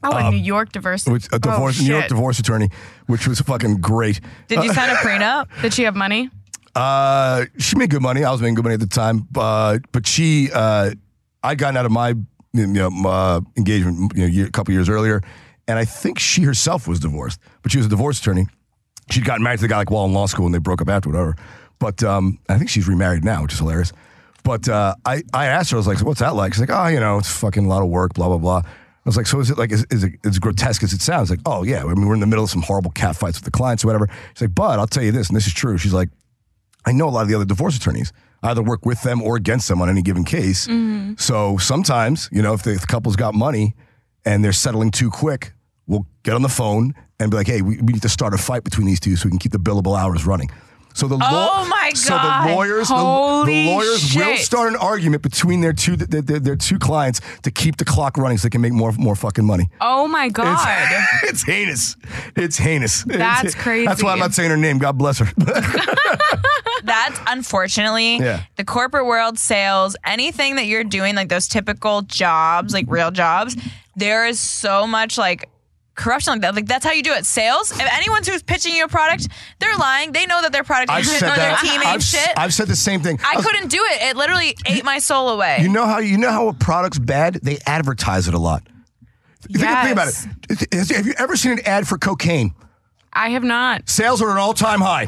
Speaker 2: Oh, and New York diversity.
Speaker 4: Um, which a divorce
Speaker 2: oh,
Speaker 4: New York
Speaker 2: shit.
Speaker 4: divorce attorney, which was fucking great.
Speaker 3: Did you sign a prenup?
Speaker 2: Did she have money?
Speaker 4: Uh, she made good money. I was making good money at the time, uh, but she, uh, I'd gotten out of my you know, uh, engagement you know, year, a couple years earlier, and I think she herself was divorced, but she was a divorce attorney. She'd gotten married to the guy like while in law school, and they broke up after whatever. But um, I think she's remarried now, which is hilarious. But uh, I, I asked her, I was like, "What's that like?" She's like, "Oh, you know, it's fucking a lot of work, blah blah blah." I was like, "So is it like is, is it as grotesque as it sounds?" Like, "Oh yeah, I mean, we're in the middle of some horrible cat fights with the clients, or whatever." She's like, "But I'll tell you this, and this is true." She's like, I know a lot of the other divorce attorneys. I either work with them or against them on any given case.
Speaker 2: Mm-hmm.
Speaker 4: So sometimes, you know, if the, if the couple's got money and they're settling too quick, we'll get on the phone and be like, hey, we, we need to start a fight between these two so we can keep the billable hours running. So the law,
Speaker 3: Oh my
Speaker 4: so
Speaker 3: God.
Speaker 4: the lawyers, the, the
Speaker 2: Holy
Speaker 4: lawyers will
Speaker 2: shit.
Speaker 4: start an argument between their two their, their, their two clients to keep the clock running so they can make more more fucking money.
Speaker 2: Oh my God.
Speaker 4: It's, it's heinous. It's heinous.
Speaker 2: That's
Speaker 4: It's-
Speaker 2: crazy.
Speaker 4: That's why I'm not saying her name. God bless her.
Speaker 3: That's unfortunately
Speaker 4: Yeah.
Speaker 3: the corporate world, sales, anything that you're doing, like those typical jobs, like real jobs, there is so much like corruption like that. Like that's how you do it. Sales. If anyone's who's pitching you a product, they're lying. They know that their product
Speaker 4: I've
Speaker 3: is
Speaker 4: said
Speaker 3: or their
Speaker 4: that.
Speaker 3: team ain't
Speaker 4: I've,
Speaker 3: shit. I,
Speaker 4: I've said the same thing. I was-
Speaker 3: couldn't do it. It literally ate my soul away.
Speaker 4: You know how you know how a product's bad? They advertise it a lot. Think, think about it. Have you ever seen an ad for cocaine?
Speaker 2: I have not.
Speaker 4: Sales are an all-time high,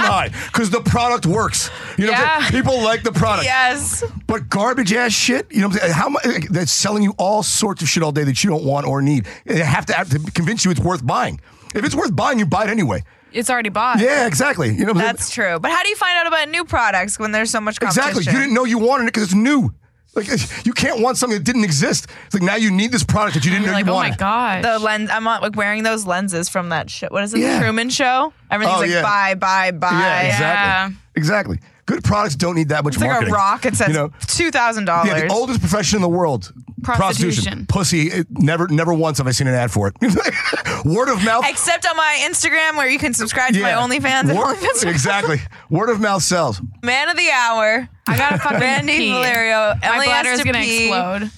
Speaker 4: high, because the product works. You know, what I'm
Speaker 2: Yeah.
Speaker 4: saying? people like the product.
Speaker 3: Yes.
Speaker 4: But garbage ass shit, you know, what I'm saying? how much that's selling you all sorts of shit all day that you don't want or need. They have to, have to convince you it's worth buying. If it's worth buying, you buy it anyway.
Speaker 2: It's already bought.
Speaker 4: Yeah, exactly. You know, what I'm saying?
Speaker 3: That's true. But how do you find out about new products when there's so much competition?
Speaker 4: exactly. You didn't know you wanted it because it's new. Like you can't want something that didn't exist. It's like now you need this product that you didn't know
Speaker 2: Like,
Speaker 4: you
Speaker 2: oh my
Speaker 4: wanted.
Speaker 2: god.
Speaker 3: the lens. I'm on, like wearing those lenses from that show. What is it?
Speaker 4: Yeah.
Speaker 3: The Truman Show. Everything's
Speaker 4: Oh,
Speaker 3: like
Speaker 4: yeah.
Speaker 3: buy, buy, buy.
Speaker 4: Yeah,
Speaker 2: Yeah.
Speaker 4: exactly. Exactly. Good products don't need that much
Speaker 3: It's like
Speaker 4: marketing.
Speaker 3: a rock. It says
Speaker 4: you know,
Speaker 3: two thousand dollars.
Speaker 4: Yeah, the oldest profession in the world.
Speaker 2: Prostitution.
Speaker 4: Pussy. It, never, never once have I seen an ad for it. Word of mouth.
Speaker 3: Except on my Instagram, where you can subscribe to
Speaker 4: yeah.
Speaker 3: my OnlyFans. and
Speaker 4: Wor-
Speaker 3: OnlyFans.
Speaker 4: exactly. Word of mouth sells.
Speaker 3: Man of the hour.
Speaker 2: I gotta fucking
Speaker 3: Randy
Speaker 2: pee.
Speaker 3: Valerio.
Speaker 2: My
Speaker 3: Emily has
Speaker 2: bladder's
Speaker 3: to
Speaker 2: gonna
Speaker 3: pee.
Speaker 2: explode.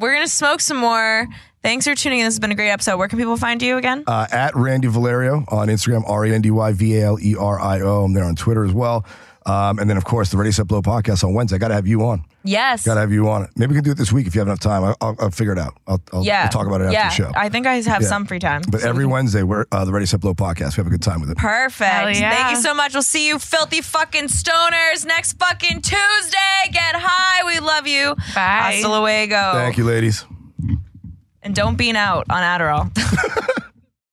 Speaker 3: We're gonna smoke some more. Thanks for tuning in. This has been a great episode. Where can people find you again?
Speaker 4: Uh, at Randy Valerio on Instagram, R A N D Y V A L E R I O. I'm there on Twitter as well. Um, and then, of course, the Ready Set Blow podcast on Wednesday. I got to have you on.
Speaker 3: yes.
Speaker 4: Got to have you on it. Maybe we can do it this week if you have enough time. I, I'll, I'll figure it out. I'll, I'll,
Speaker 3: yeah.
Speaker 4: I'll talk about it after
Speaker 3: yeah.
Speaker 4: the show.
Speaker 3: I think I have some free time.
Speaker 4: but every Wednesday, we're uh, the Ready Set Blow podcast. We have a good time with it.
Speaker 3: Perfect.
Speaker 2: Hell yeah.
Speaker 3: Thank you so much. We'll see you filthy fucking stoners next fucking Tuesday. Get high. We love you.
Speaker 2: Bye.
Speaker 3: Hasta luego.
Speaker 4: Thank you, ladies.
Speaker 3: And don't bean out on Adderall.